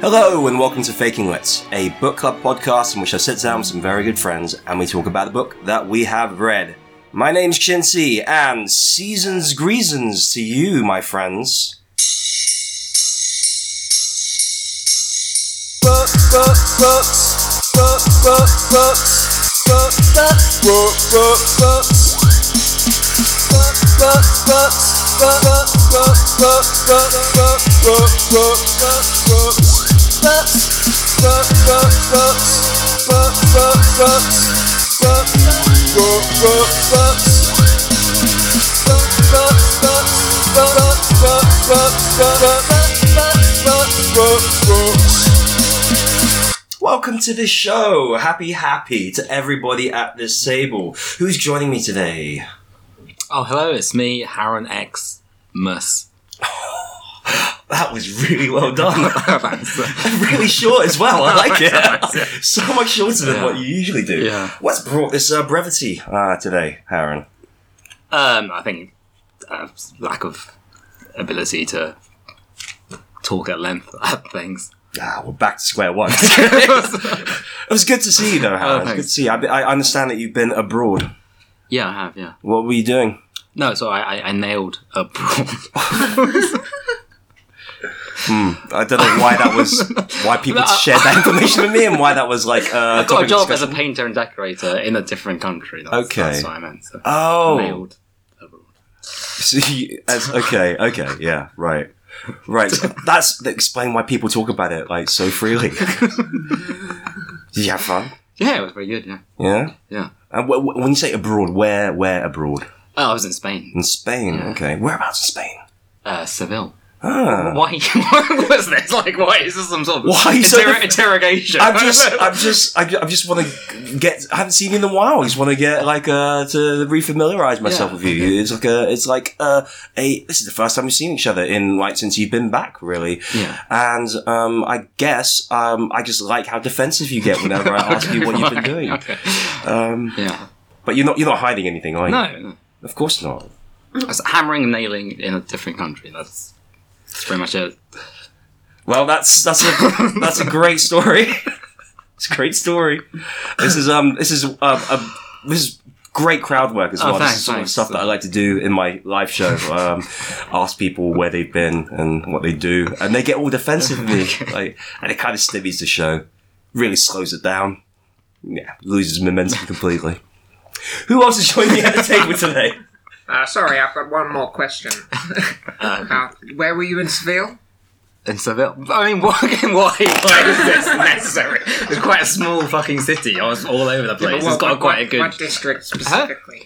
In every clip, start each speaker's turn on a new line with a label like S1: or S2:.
S1: Hello and welcome to Faking Wits, a book club podcast in which I sit down with some very good friends and we talk about a book that we have read. My name's Chintzy, and seasons greasons to you, my friends. Welcome to the show. Happy, happy to everybody at this table. Who's joining me today?
S2: Oh, hello, it's me, Haran X Mus.
S1: That was really well done.
S2: Thanks.
S1: really short as well. I like it.
S2: Nice.
S1: so much shorter than
S2: Yeah.
S1: what you usually do.
S2: Yeah.
S1: What's brought this uh, brevity uh, today, Aaron?
S2: Um, I think uh, lack of ability to talk at length about things.
S1: Ah, we're back to square one. it was good to see you, though, Aaron.
S2: Oh, thanks.
S1: good to see you. I, I understand that you've been abroad.
S2: yeah, I have, yeah.
S1: What were you doing?
S2: No, so I, I, I nailed a brawn.
S1: I don't know why that was why people
S2: Hmm. No, I-
S1: shared that information with me, and why that was like. Uh,
S2: I got a
S1: topic of
S2: job as a
S1: discussion.
S2: painter and decorator in a different country. That's,
S1: Okay.
S2: That's what I meant. So.
S1: Oh,
S2: Nailed.
S1: so you- as, okay, okay, yeah, right, right. That's that explain why people talk about it like so freely. Did you have fun?
S2: Yeah, it was very good, yeah.
S1: Yeah.
S2: Yeah.
S1: And wh- wh- when you say abroad, where where abroad?
S2: Oh, I was in Spain,
S1: In Spain.
S2: Yeah.
S1: Okay. Whereabouts in Spain?
S2: uh, Seville.
S1: Ah.
S2: Why, why was this? Like, why is this some sort of
S1: Why are you so
S2: interro-
S1: dif-
S2: interrogation?
S1: I'm just, I'm just, I, I just want to get. I haven't seen you in a while. I just want to get like uh, to refamiliarize myself
S2: Yeah.
S1: with you. It's like a, it's like uh, a. This is the first time we've seen each other in like since you've been back, really.
S2: Yeah.
S1: And um, I guess um, I just like how defensive you get whenever I ask you what you've been
S2: Okay,
S1: doing.
S2: okay.
S1: Um,
S2: Yeah.
S1: but you're not, you're not hiding anything, are you?
S2: No, no.
S1: Of course not.
S2: It's hammering and nailing in a different country. That's, that's pretty much it.
S1: Well, that's that's a that's a great story. it's a great story. This is um this is uh, uh this is great crowd work as
S2: Oh,
S1: well. this
S2: thanks,
S1: is sort of
S2: thanks.
S1: stuff that I like to do in my live show. Um, ask people where they've been and what they do, and they get all defensive with me. Like, and it kind of stymies the show. Really slows it down. Yeah, loses momentum completely. Who else is joining me at the table today?
S3: Uh, sorry, I've got one more question.
S2: Um,
S3: uh, where were you in Seville?
S2: In Seville. I mean, why, why, why is this necessary? It's quite a small fucking city. I was all over the place. it's got quite a
S3: what-
S2: good.
S3: What district specifically?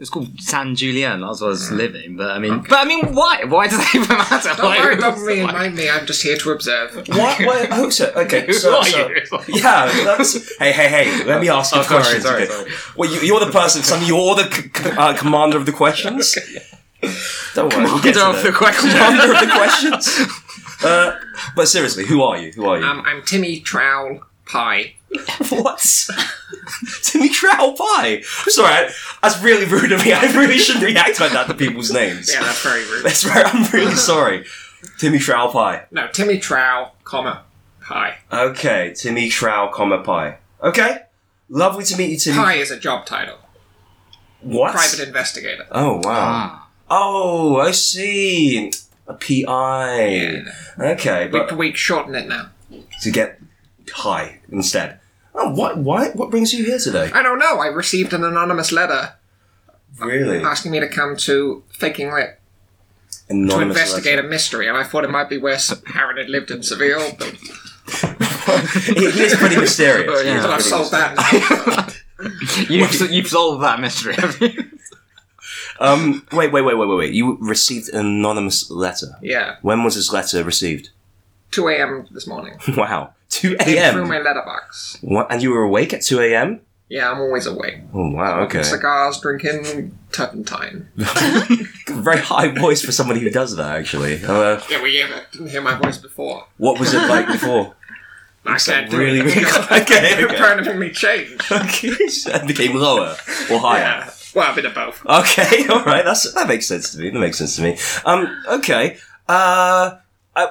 S2: It's called San Julian. That's where I
S3: Hmm.
S2: was living. But I mean, but I mean, why? Why does it even matter?
S3: Don't
S2: Why-
S3: worry about me and
S2: why-
S3: mind me, I'm just here to observe.
S1: What? what? Oh, so, okay.
S2: Who
S1: So,
S2: are
S1: so-
S2: you?
S1: Yeah. That's, hey, hey, hey. Let me ask you
S2: Oh, sorry,
S1: questions.
S2: sorry,
S1: okay?
S2: sorry.
S1: Well, you, you're the person. Son, you're the c- c- uh, commander of the questions. Don't worry. We'll get to that.
S2: Commander of the question.
S1: commander of the questions. Uh, but seriously, who are you? Who are you?
S3: Um, I'm Timmy Trowell Pie.
S1: what? Timmy Trowell Pie. I'm sorry. I- That's really rude of me. I really shouldn't react like that to people's names.
S3: Yeah, that's very rude.
S1: That's right. I'm really sorry. Timmy Trowell Pie.
S3: No, Timmy Trowell, comma, Pie.
S1: Okay, Timmy Trow, comma Pie. Okay, lovely to meet you,
S2: Um,
S1: Timmy.
S3: Pie is a job title.
S1: What?
S3: Private investigator.
S1: oh wow.
S2: Ah,
S1: Oh, I see. A PI.
S3: Yeah.
S1: Okay,
S3: We,
S1: but
S3: we shorten it now.
S1: to get high instead. Oh, what? Why? What brings you here today?
S3: I don't know, I received an anonymous letter
S1: Really?
S3: asking me Uh, to come to Faking Lit to
S1: Anonymous
S3: investigate a mystery, and I thought it might be where S- Harren had lived in Seville, but
S1: letter. it is pretty mysterious.
S2: Yeah.
S1: It is
S3: I've
S1: pretty
S3: solved that now.
S2: you've, you've solved that mystery, have you?
S1: mysterious. Um, wait, wait, wait, wait, wait, wait. You received an anonymous letter.
S3: Yeah.
S1: When was this letter received?
S3: 2 a.m. this morning.
S1: Wow, two
S3: Came through
S1: a.m.
S3: my letterbox.
S1: What? And you were awake at two a.m.
S3: Yeah, I'm always awake.
S1: Oh wow. Okay.
S3: Cigars, drinking, turpentine.
S1: very high voice for somebody who does that actually uh,
S3: Yeah, we yeah, I didn't hear my voice before.
S1: what was it like before
S3: I can't do
S1: really
S3: it.
S1: really okay,
S3: You're
S1: okay.
S3: permanently changed.
S1: okay so it became lower or higher
S3: Yeah. Well, a bit of both.
S1: okay all right that's that makes sense to me that makes sense to me um okay uh I,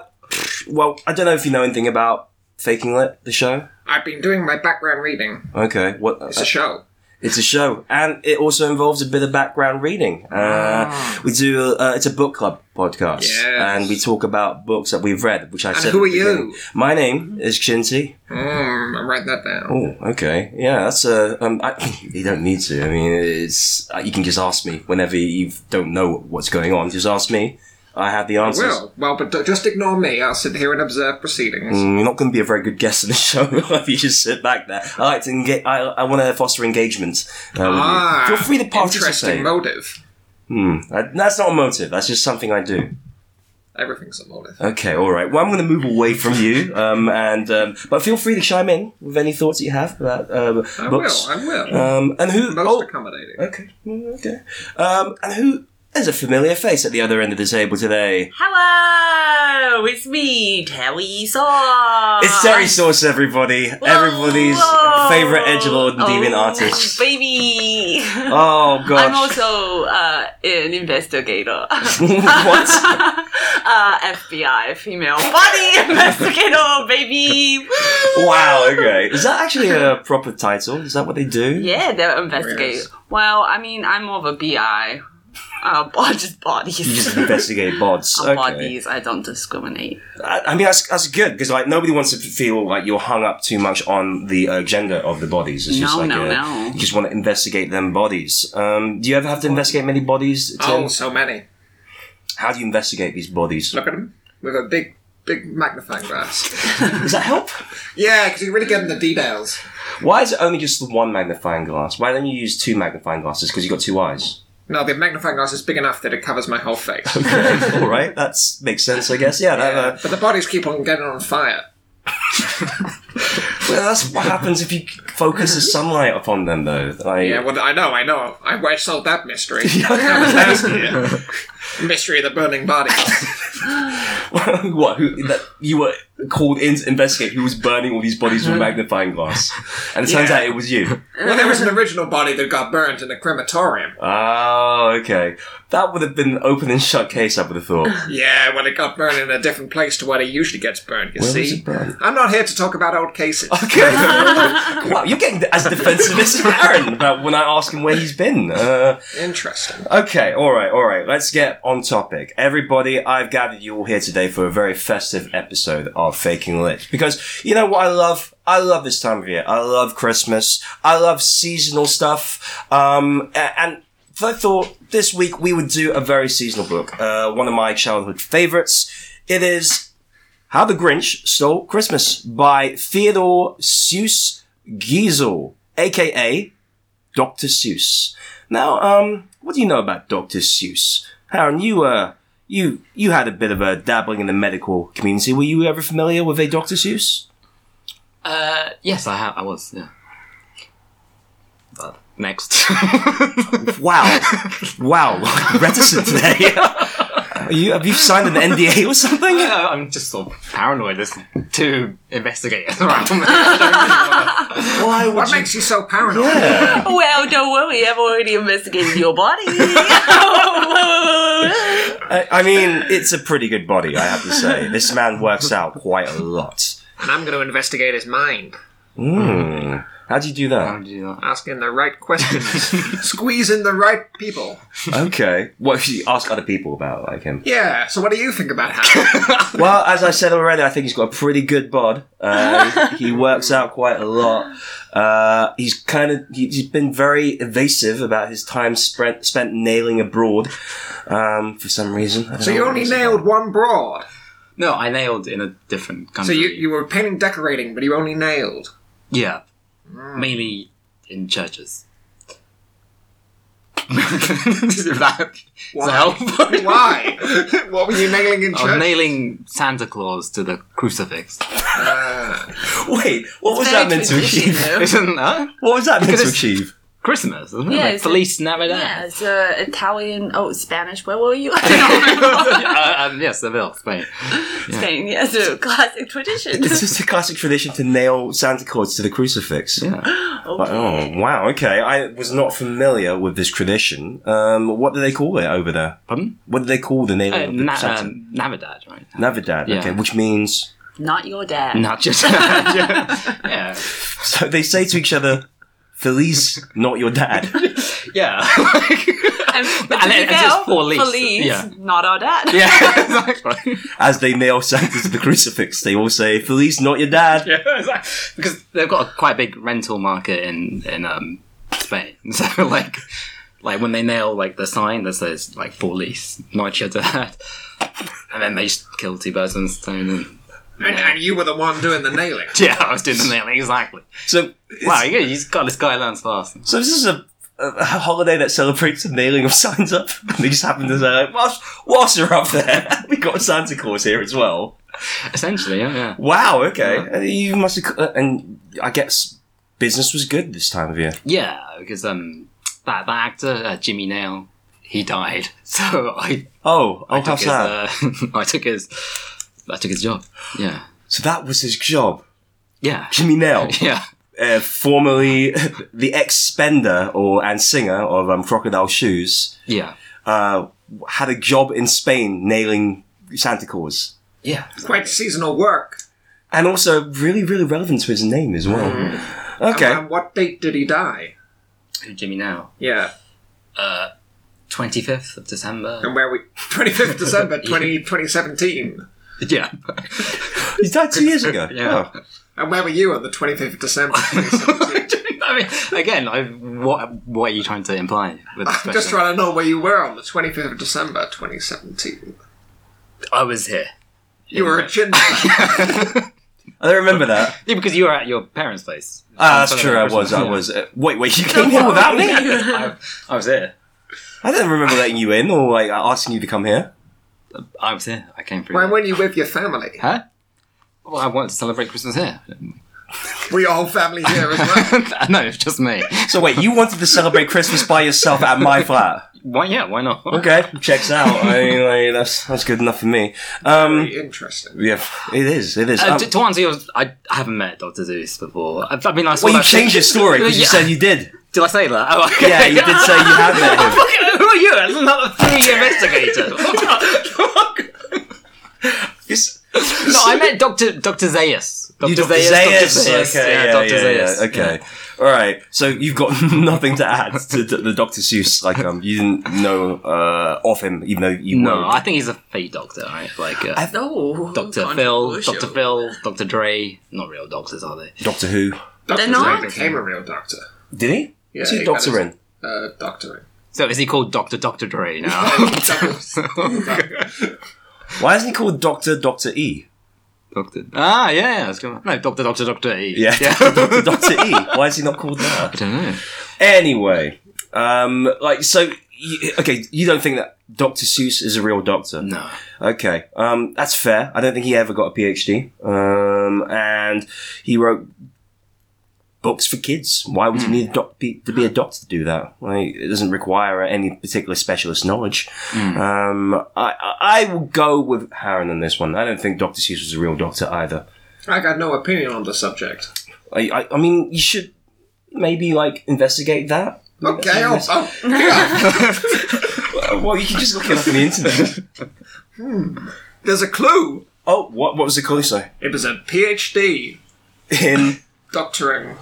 S1: well i don't know if you know anything about faking lit the show?
S3: I've been doing my background reading.
S1: Okay, what?
S3: It's a show.
S1: It's a show, and it also involves a bit of background reading. Uh, We do uh, it's a book club podcast,
S3: Ah. Yes.
S1: and we talk about books that we've read. Which I
S3: And
S1: said.
S3: who
S1: at the
S3: are
S1: beginning.
S3: you?
S1: My name is Chinti.
S3: Mm, I write that down.
S1: Oh, okay, yeah, that's a. Um, I, you don't need to. I mean, it's uh, you can just ask me whenever you don't know what's going on. Just ask me. I have the answers.
S3: Well, well, but d- just ignore me. I'll sit here and observe proceedings.
S1: Mm, You're not going to be a very good guest in the show if you just sit back there. I like to engage. I, I want to foster engagement. Uh, with you.
S3: Ah,
S1: Feel free to
S3: Interesting
S1: participate.
S3: motive.
S1: Hmm, I- that's not a motive. That's just something I do.
S3: Everything's a motive.
S1: Okay, all right. Well, I'm going to move away from you, um, and um, but feel free to chime in with any thoughts that you have about uh,
S3: I
S1: books.
S3: will. I will.
S1: Um, and who?
S3: Most
S1: oh,
S3: accommodating.
S1: okay, mm, okay. Um, and who? There's a familiar face at the other end of the table today.
S4: Hello, Oh, it's me, Terry Saw.
S1: It's Terry Source, everybody. Everybody's
S4: Whoa.
S1: favorite edgelord and deviant
S4: Oh,
S1: artist.
S4: Baby.
S1: Oh gosh.
S4: I'm also uh, an investigator.
S1: what?
S4: uh, FBI female body investigator, baby. Woo.
S1: Wow. Okay. Is that actually a proper title? Is that what they do?
S4: Yeah, they'll investigate.
S3: Yes.
S4: Well, I mean, I'm more of a BI. Uh, bo- just bodies.
S1: You just investigate bots.
S4: I'm
S1: Okay.
S4: bodies. I don't discriminate.
S1: I I mean, that's, that's good because like nobody wants to feel like you're hung up too much on the uh, gender of the bodies. It's just
S4: No,
S1: like
S4: no,
S1: uh,
S4: no.
S1: You just want to investigate them bodies. Um, do you ever have to investigate many bodies? Tim?
S3: Oh, so many.
S1: How do you investigate these bodies?
S3: Look at him with a big, big magnifying glass.
S1: Does that help?
S3: yeah, because you really get in the details.
S1: Why is it only just the one magnifying glass? Why don't you use two magnifying glasses because you got two eyes?
S3: No, the magnifying glass is big enough that it covers my whole face.
S1: Okay, all right, that makes sense, I guess. Yeah, that, uh,
S3: but the bodies keep on getting on fire.
S1: well, that's what happens if you focus the sunlight upon them, though. Like,
S3: Yeah, well, I know, I know. I, I solved that mystery. that was last year. Mystery of the burning bodies.
S1: what? Who, that you were called in to investigate who was burning all these bodies with a magnifying glass, and it turns
S3: Yeah.
S1: out it was you.
S3: well, there was an original body that got burnt in a crematorium.
S1: Oh, okay. That would have been an open and shut case. I would have thought.
S3: Yeah, well, it got burned in a different place to where it usually gets burned, you
S1: Where was
S3: see.
S1: it burnt?
S3: I'm not here to talk about old cases.
S1: Okay. wow, you're getting as defensive as Aaron about when I ask him where he's been. Uh,
S3: Interesting.
S1: okay, all right, all right. Let's get on topic. Everybody, I've gathered you all here today for a very festive episode of Faking Lit because you know what I love. I love this time of year. I love Christmas. I love seasonal stuff. Um, a- and I thought this week we would do a very seasonal book. Uh, one of my childhood favorites. It is How the Grinch Stole Christmas by Theodore Seuss Giesel, aka Dr. Seuss. Now, um, what do you know about Dr. Seuss? Aaron, you, uh, you, you had a bit of a dabbling in the medical community. Were you ever familiar with a Dr. Seuss?
S2: Uh, yes, I have. I was. Yeah. But next.
S1: Wow. wow. Reticent today. Are you, have you signed an NDA or something?
S2: Yeah, I'm just sort of paranoid. There's two investigators around me. I
S1: Why would
S3: What
S1: you?
S3: makes you so paranoid?
S1: Yeah.
S4: Well, don't worry, I've already investigated your body. I
S1: I, I mean, it's a pretty good body, I have to say. This man works out quite a lot.
S3: And I'm going to investigate his mind.
S1: Hmm. How do you do that?
S2: don't know.
S3: asking the right questions, squeezing the right people.
S1: Okay. What if you ask other people about like him?
S3: Yeah. So what do you think about Hal?
S1: Well, as I said already, I think he's got a pretty good bod. Uh, he works out quite a lot. Uh, he's kind of he, he's been very evasive about his time spent spent nailing abroad um, for some reason. I don't
S3: so
S1: know
S3: you
S1: what
S3: only
S1: it's
S3: nailed
S1: about.
S3: one broad.
S2: No, I nailed in a different
S3: So
S2: country.
S3: you you were painting decorating, but you only nailed.
S2: Yeah,
S4: Mm.
S2: mainly in churches. Does that
S3: Why?
S2: help?
S3: Why? what were you nailing
S1: Oh,
S3: in
S2: I was
S3: church?
S2: nailing Santa Claus to the crucifix.
S3: Ah.
S1: Wait, what was that meant to achieve?
S2: Isn't that
S1: What was that meant
S2: Because
S1: to
S2: it's-
S1: achieve?
S2: Christmas? Isn't it?
S4: Yeah,
S2: Like
S4: it's-
S2: Feliz Navidad.
S4: Yeah, it's uh, Italian. Oh, Spanish. Where were you?
S2: uh, um, yes, Seville, Spain.
S4: Spain. Yes, a classic tradition.
S1: It's just a classic tradition to nail Santa Claus to the crucifix.
S2: Yeah.
S1: Like, oh wow, okay. I was not familiar with this tradition. Um, what do they call it over there?
S2: Pardon?
S1: What do they call the nailing
S2: Uh,
S1: of the
S2: na-
S1: Santa?
S2: um, Navidad, right?
S1: Navidad,
S2: Yeah.
S1: okay, which means
S4: Not your dad.
S2: Not just. yeah.
S1: So they say to each other, Feliz, not your dad.
S2: Yeah.
S4: And, but to
S2: And
S4: be
S2: it- it's
S4: fair,
S2: just police.
S4: police,
S2: Yeah.
S4: not our dad.
S2: yeah, exactly.
S1: As they nail Santa to the crucifix, they all say, Feliz, not your dad.
S2: Yeah, exactly. Because they've got a quite big rental market in in um, Spain. So like, like when they nail like the sign that says like for lease, not your dad, and then they just kill two birds with one stone. And,
S3: And, and you were the one doing the nailing.
S2: yeah, I was doing the nailing exactly.
S1: So, it's-
S2: Wow, you you just got this guy learns fast.
S1: so this is a, a holiday that celebrates the nailing of signs up. And they just happen to say, like, whilst, whilst you're up there, we got Santa Claus here as well.
S2: Essentially, yeah, yeah.
S1: Wow. Okay. Uh, You must have, uh, and I guess business was good this time of year.
S2: yeah, because um, that that actor uh, Jimmy Nail, he died. So I,
S1: Oh, oh,
S2: I took
S1: how's
S2: his,
S1: that?
S2: uh, I took his, I took his job. Yeah,
S1: so that was his job.
S2: yeah,
S1: Jimmy Nail,
S2: yeah.
S1: uh, formerly the ex-spender or and singer of um, Crocodile Shoes,
S2: Yeah.
S1: uh, had a job in Spain nailing Santa Claus,
S2: Yeah.
S3: Quite seasonal work.
S1: and also really, really relevant to his name as well.
S2: Mm-hmm.
S1: Okay.
S2: Um,
S3: And what date did he die?
S2: Jimmy now.
S3: Yeah.
S2: Uh, 25th of December.
S3: And where we? 25th December 20, 2017.
S2: Yeah.
S1: he died two years ago.
S2: um, Yeah.
S1: Oh.
S3: And where were you on the 25th of December 2017?
S2: I mean, again, I, what what are you trying to imply with this
S3: I'm just
S2: question?
S3: trying to know where you were on the 25th of December 2017.
S2: I was here.
S3: You were a chin.
S1: I don't remember that.
S2: Yeah, because you were at your parents' place.
S1: Ah,
S2: On
S1: that's true. I
S2: Sunday,
S1: was. I
S2: yeah.
S1: was. Uh, wait, wait. You came
S2: Oh,
S1: here without me?
S2: I, I was here.
S1: I don't remember letting you in or like asking you to come here.
S2: I was here. I came through.
S3: Why
S2: there.
S3: weren't you with your family?
S2: huh? Well, I wanted to celebrate Christmas here.
S3: Were your whole family here as well?
S2: no, it's just me.
S1: So wait, you wanted to celebrate Christmas by yourself at my flat?
S2: Why? Yeah, why not?
S1: Okay, checks out. I mean, like, that's that's good enough for me. Um,
S3: Very interesting.
S1: yeah, it is. It is.
S2: Uh,
S1: Um,
S2: to, to answer yours, I, I haven't met Doctor Zeus before. I, I mean, I saw
S1: well, you
S2: that
S1: changed your story because you
S2: Yeah.
S1: said you did.
S2: Did I say that? Oh, okay.
S1: Yeah, you did say you had met him.
S2: Fucking- Who are you? That's another three investigator.
S1: Yes.
S2: no, I met Doctor Doctor Zeus.
S1: You
S2: Doctor
S1: Dr.
S2: Zeus.
S1: Zaius. Okay, yeah,
S2: Doctor
S1: yeah, yeah,
S2: Zeus.
S1: Okay, all right. So you've got nothing to add to d- the Doctor Seuss. Like, um, you didn't know uh, of him, even though you
S2: No,
S1: were.
S2: I think he's a fake doctor, right? Like uh,
S4: No.
S2: Doctor Phil,
S4: controversial.
S2: Doctor Phil, Doctor Dre. Not real doctors, are they?
S1: Doctor Who
S3: Doctor
S4: not?
S3: Zane became a real doctor.
S1: did he?
S3: Yeah,
S1: Who's he
S3: he got
S1: Doctor
S3: his-
S1: in?
S3: Uh, doctoring.
S2: So is he called Doctor Doctor Dre now?
S1: Why isn't he called Doctor Doctor E?
S2: doctor. Ah, yeah, yeah. that's good. No, Doctor Doctor Doctor E.
S1: Yeah, Dr. Dr. E. Why is he not called
S2: I
S1: that?
S2: don't know.
S1: Anyway, um, like, so, you, okay, you don't think that Dr. Seuss is a real doctor?
S2: No.
S1: Okay, um, that's fair. I don't think he ever got a PhD. Um, and he wrote books for kids. Why would you need a doc- be, to be a doctor to do that? Like, it doesn't require any particular specialist knowledge. Um, I, I, I will go with Harron on this one. I don't think Dr. Seuss was a real doctor either.
S3: I got no opinion on the subject.
S1: I, I, I mean, you should maybe like investigate that.
S3: Okay, I'll, I'll, yeah.
S1: Well, you can just look it up on the internet.
S3: there's a clue.
S1: Oh, what what was the clue say?
S3: It was a PhD
S1: In
S3: doctoring.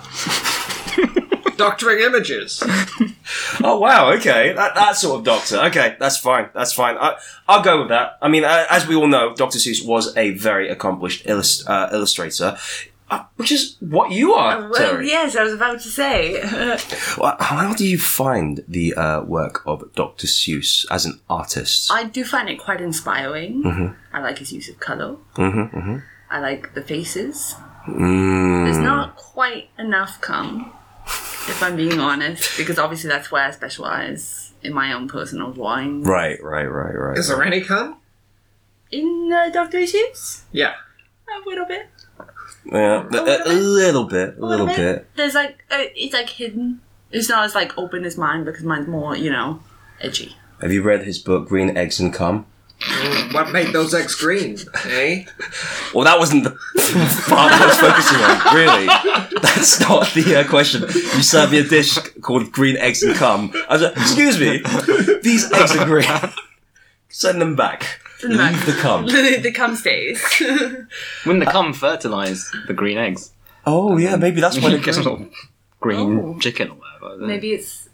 S3: doctoring images.
S1: oh wow, okay, that, that sort of doctor. Okay, that's fine, that's fine. I, I'll go with that. I mean, uh, as we all know, Doctor Seuss was a very accomplished illust- uh, illustrator. uh, Which is what you are,
S4: Uh, Well,
S1: Terry.
S4: yes, I was about to say.
S1: Well, How do you find the uh, work of Dr. Seuss as an artist?
S4: I do find it quite inspiring.
S2: Mm-hmm.
S4: I like his use of color.
S1: Mm-hmm,
S4: I like the faces.
S1: Mm.
S4: There's
S2: Mm.
S4: not quite enough cum, if I'm being honest, because obviously that's where I specialize in my own personal drawing.
S1: right, right, right, right.
S3: Is there any cum?
S4: In uh, Doctor Seuss,
S3: Yeah.
S4: a little bit.
S1: Yeah, a, a little bit, a little bit.
S4: There's like uh, it's like hidden. It's not as like open as mine because mine's more you know edgy.
S1: Have you read his book, Green Eggs and Cum?
S3: What made those eggs green? Eh?
S1: Well, that wasn't the part I was focusing on, really. That's not the uh, question. You served me a dish called green eggs and cum. I was like, excuse me, these eggs are green. Send them back.
S4: Doesn't matter.
S1: the cum.
S4: the, the cum stays.
S2: Wouldn't the cum fertilize the green eggs?
S1: Oh yeah, maybe that's why
S2: You
S1: they
S2: get some
S1: green.
S2: sort of green
S4: Oh.
S2: chicken or whatever. then.
S4: Maybe it's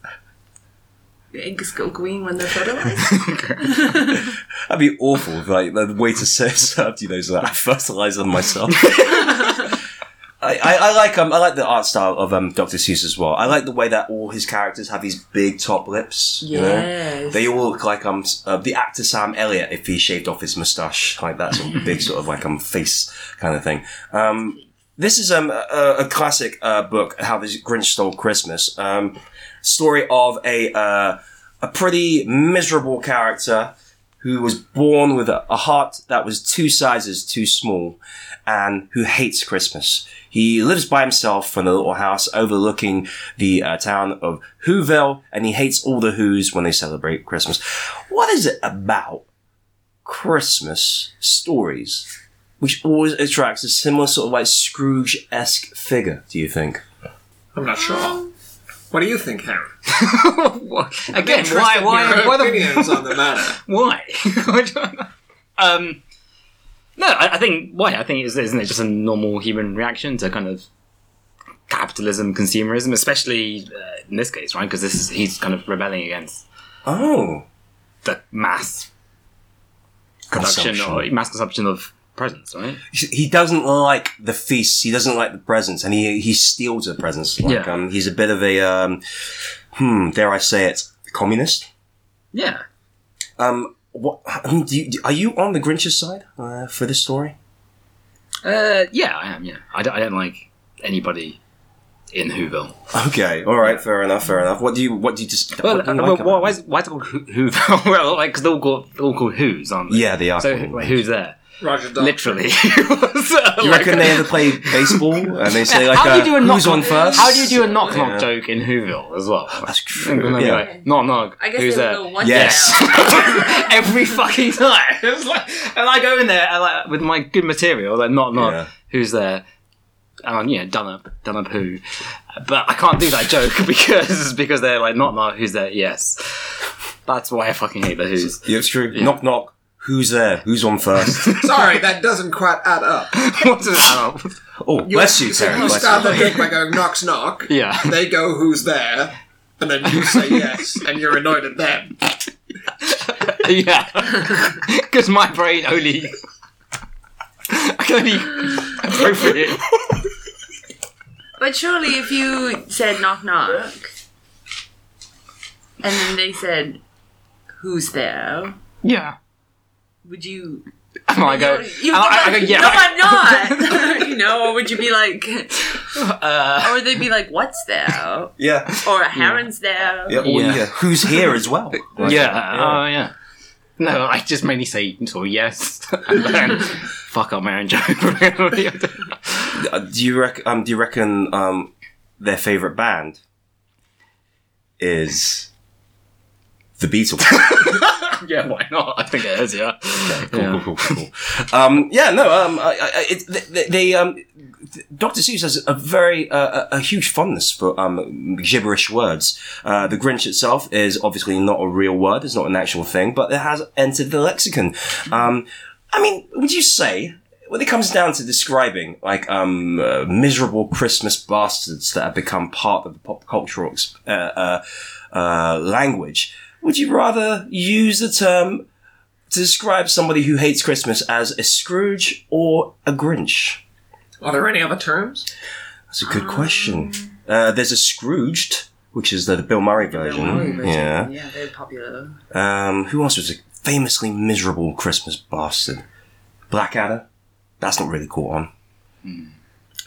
S4: the eggs go green when they're fertilized.
S1: That'd be awful. if, Like the waiter served served you those. Like, I fertilise them myself. I, I, I like um, I like the art style of um, Doctor Seuss as well. I like the way that all his characters have these big top lips. you know?
S4: Yes.
S1: they all look like um s- uh, the actor Sam Elliott if he shaved off his moustache like that sort of big sort of like um face kind of thing. Um, this is um a, a classic uh, book, How the Grinch Stole Christmas. Um, story of a uh, a pretty miserable character who was born with a, a heart that was two sizes too small and who hates Christmas. He lives by himself in a little house overlooking the uh, town of Whoville and he hates all the Who's when they celebrate Christmas. What is it about Christmas stories which always attracts a similar sort of like Scrooge esque figure, do you think?
S3: I'm not sure. What do you think, Harry?
S2: What? Again, why?
S3: Interested in
S2: Why?
S3: your
S2: Why the
S3: opinions on the matter?
S2: Why? I don't know. um, no, I, I think why I think is isn't it just a normal human reaction to kind of capitalism, consumerism, especially uh, in this case, right? Because this is he's kind of rebelling against
S1: Oh.
S2: the mass production or mass consumption of presents, right?
S1: he doesn't like the feasts. He doesn't like the presents, and he he steals the presents. Like,
S2: Yeah.
S1: um, he's a bit of a um, hmm, dare I say it, communist.
S2: Yeah.
S1: Um, what I mean, do you, do- are you on the Grinch's side uh, for this story?
S2: Uh, yeah, I am. Yeah, I don't, I don't like anybody in Whoville.
S1: Okay, all right, fair enough, fair enough. What do you what do you just?
S2: Well,
S1: what do you
S2: uh,
S1: like
S2: well, why,
S1: about
S2: why,
S1: it?
S2: is, why is it called Who- Whoville? well, like because they all call they all call Who's, aren't they?
S1: Yeah, they are
S2: So
S1: called
S2: like, who's there?
S3: Roger Daughtry.
S2: Literally. you
S1: you reckon they ever play baseball and they say like,
S2: how
S1: uh,
S2: do you do a knock
S1: "Who's on first?
S2: How do you do a knock knock
S1: Yeah.
S2: joke in Whoville as well?
S1: That's
S2: And then
S1: true.
S2: they'd be
S1: Yeah.
S2: like, knock knock.
S4: I guess
S2: who's
S4: they
S2: there?
S4: would go one
S1: Yes.
S4: down.
S2: Every fucking time. It's like- and I go in there and like, with my good material, like knock knock.
S1: Yeah.
S2: Who's there? And I'm, you know, done up, done up who, but I can't do that joke because because they're like knock knock. Who's there? Yes, that's why I fucking hate the who's.
S1: Yeah, it's true. Knock knock. Who's there? Who's on first?
S3: Sorry, that doesn't quite add up.
S2: What's an adult?
S1: oh, bless you, Terry.
S3: You
S1: bless
S3: start
S1: you.
S3: the joke by going knocks knock.
S2: Yeah.
S3: They go who's there, and then you say yes, and you're annoyed at them.
S2: yeah, because my brain only I can only appropriate.
S4: But surely, if you said knock knock, and then they said, "Who's there?"
S2: Yeah,
S4: Would you?
S2: I go.
S4: You, you,
S2: and I, I go. Yeah,
S4: no, I'm not. you know, or would you be like,
S2: Uh,
S4: or would they be like, "What's there?"
S1: Yeah.
S4: Or a heron's there.
S1: Yeah, or,
S2: Yeah.
S1: yeah, Who's here as well? Like,
S2: yeah. Oh yeah. No, I just mainly say sort of yes, and then fuck up my own joke.
S1: Uh, do you rec- um, do you reckon um, their favorite band is the Beatles?
S2: yeah, why not? I think it is. Yeah.
S1: cool,
S2: Yeah.
S1: cool, cool, cool, cool. Um, yeah, no, um, I, I, I- it, th- th- they, um, th- Dr. Seuss has a very, uh, a a huge fondness for, um, gibberish words. Uh, the Grinch itself is obviously not a real word, it's not an actual thing, but it has entered the lexicon. Um, I mean, would you say, when it comes down to describing, like, um, uh, miserable Christmas bastards that have become part of the pop cultural, ex- uh, uh, uh, language, would you rather use the term to describe somebody who hates Christmas as a Scrooge or a Grinch?
S3: Are there any other terms?
S1: That's a good question. Uh, there's a Scrooged, which is the, the Bill Murray version.
S4: yeah. yeah, very popular.
S1: Mm-hmm. Yeah. Um, who else was a famously miserable Christmas bastard? Blackadder. That's not really caught on.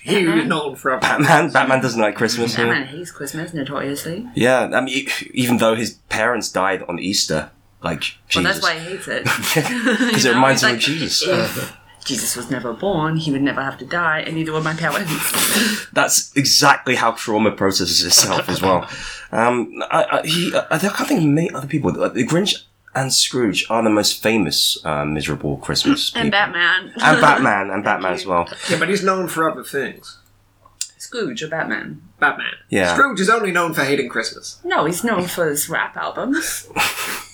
S3: He was known for a
S1: Batman. Batman doesn't like Christmas. yeah.
S4: Batman hates Christmas notoriously.
S1: Yeah. I mean, e- even though his parents died on Easter, like Jesus,
S4: Well, that's why he hates it.
S1: because
S4: You
S1: it
S4: know,
S1: reminds
S4: it's
S1: him of
S4: like,
S1: Jesus.
S4: If Jesus was never born, he would never have to die, and neither would my parents.
S1: that's exactly how trauma processes itself as well. Um, I, I, he, I, I can't think of many other people. Like, The Grinch and Scrooge are the most famous uh, miserable Christmas.
S4: and
S1: people.
S4: Batman.
S1: And Batman, and Batman as well.
S3: Yeah, but he's known for other things.
S4: Scrooge or Batman?
S3: Batman.
S1: Yeah.
S3: Scrooge is only known for hating Christmas.
S4: No, he's known for his rap albums.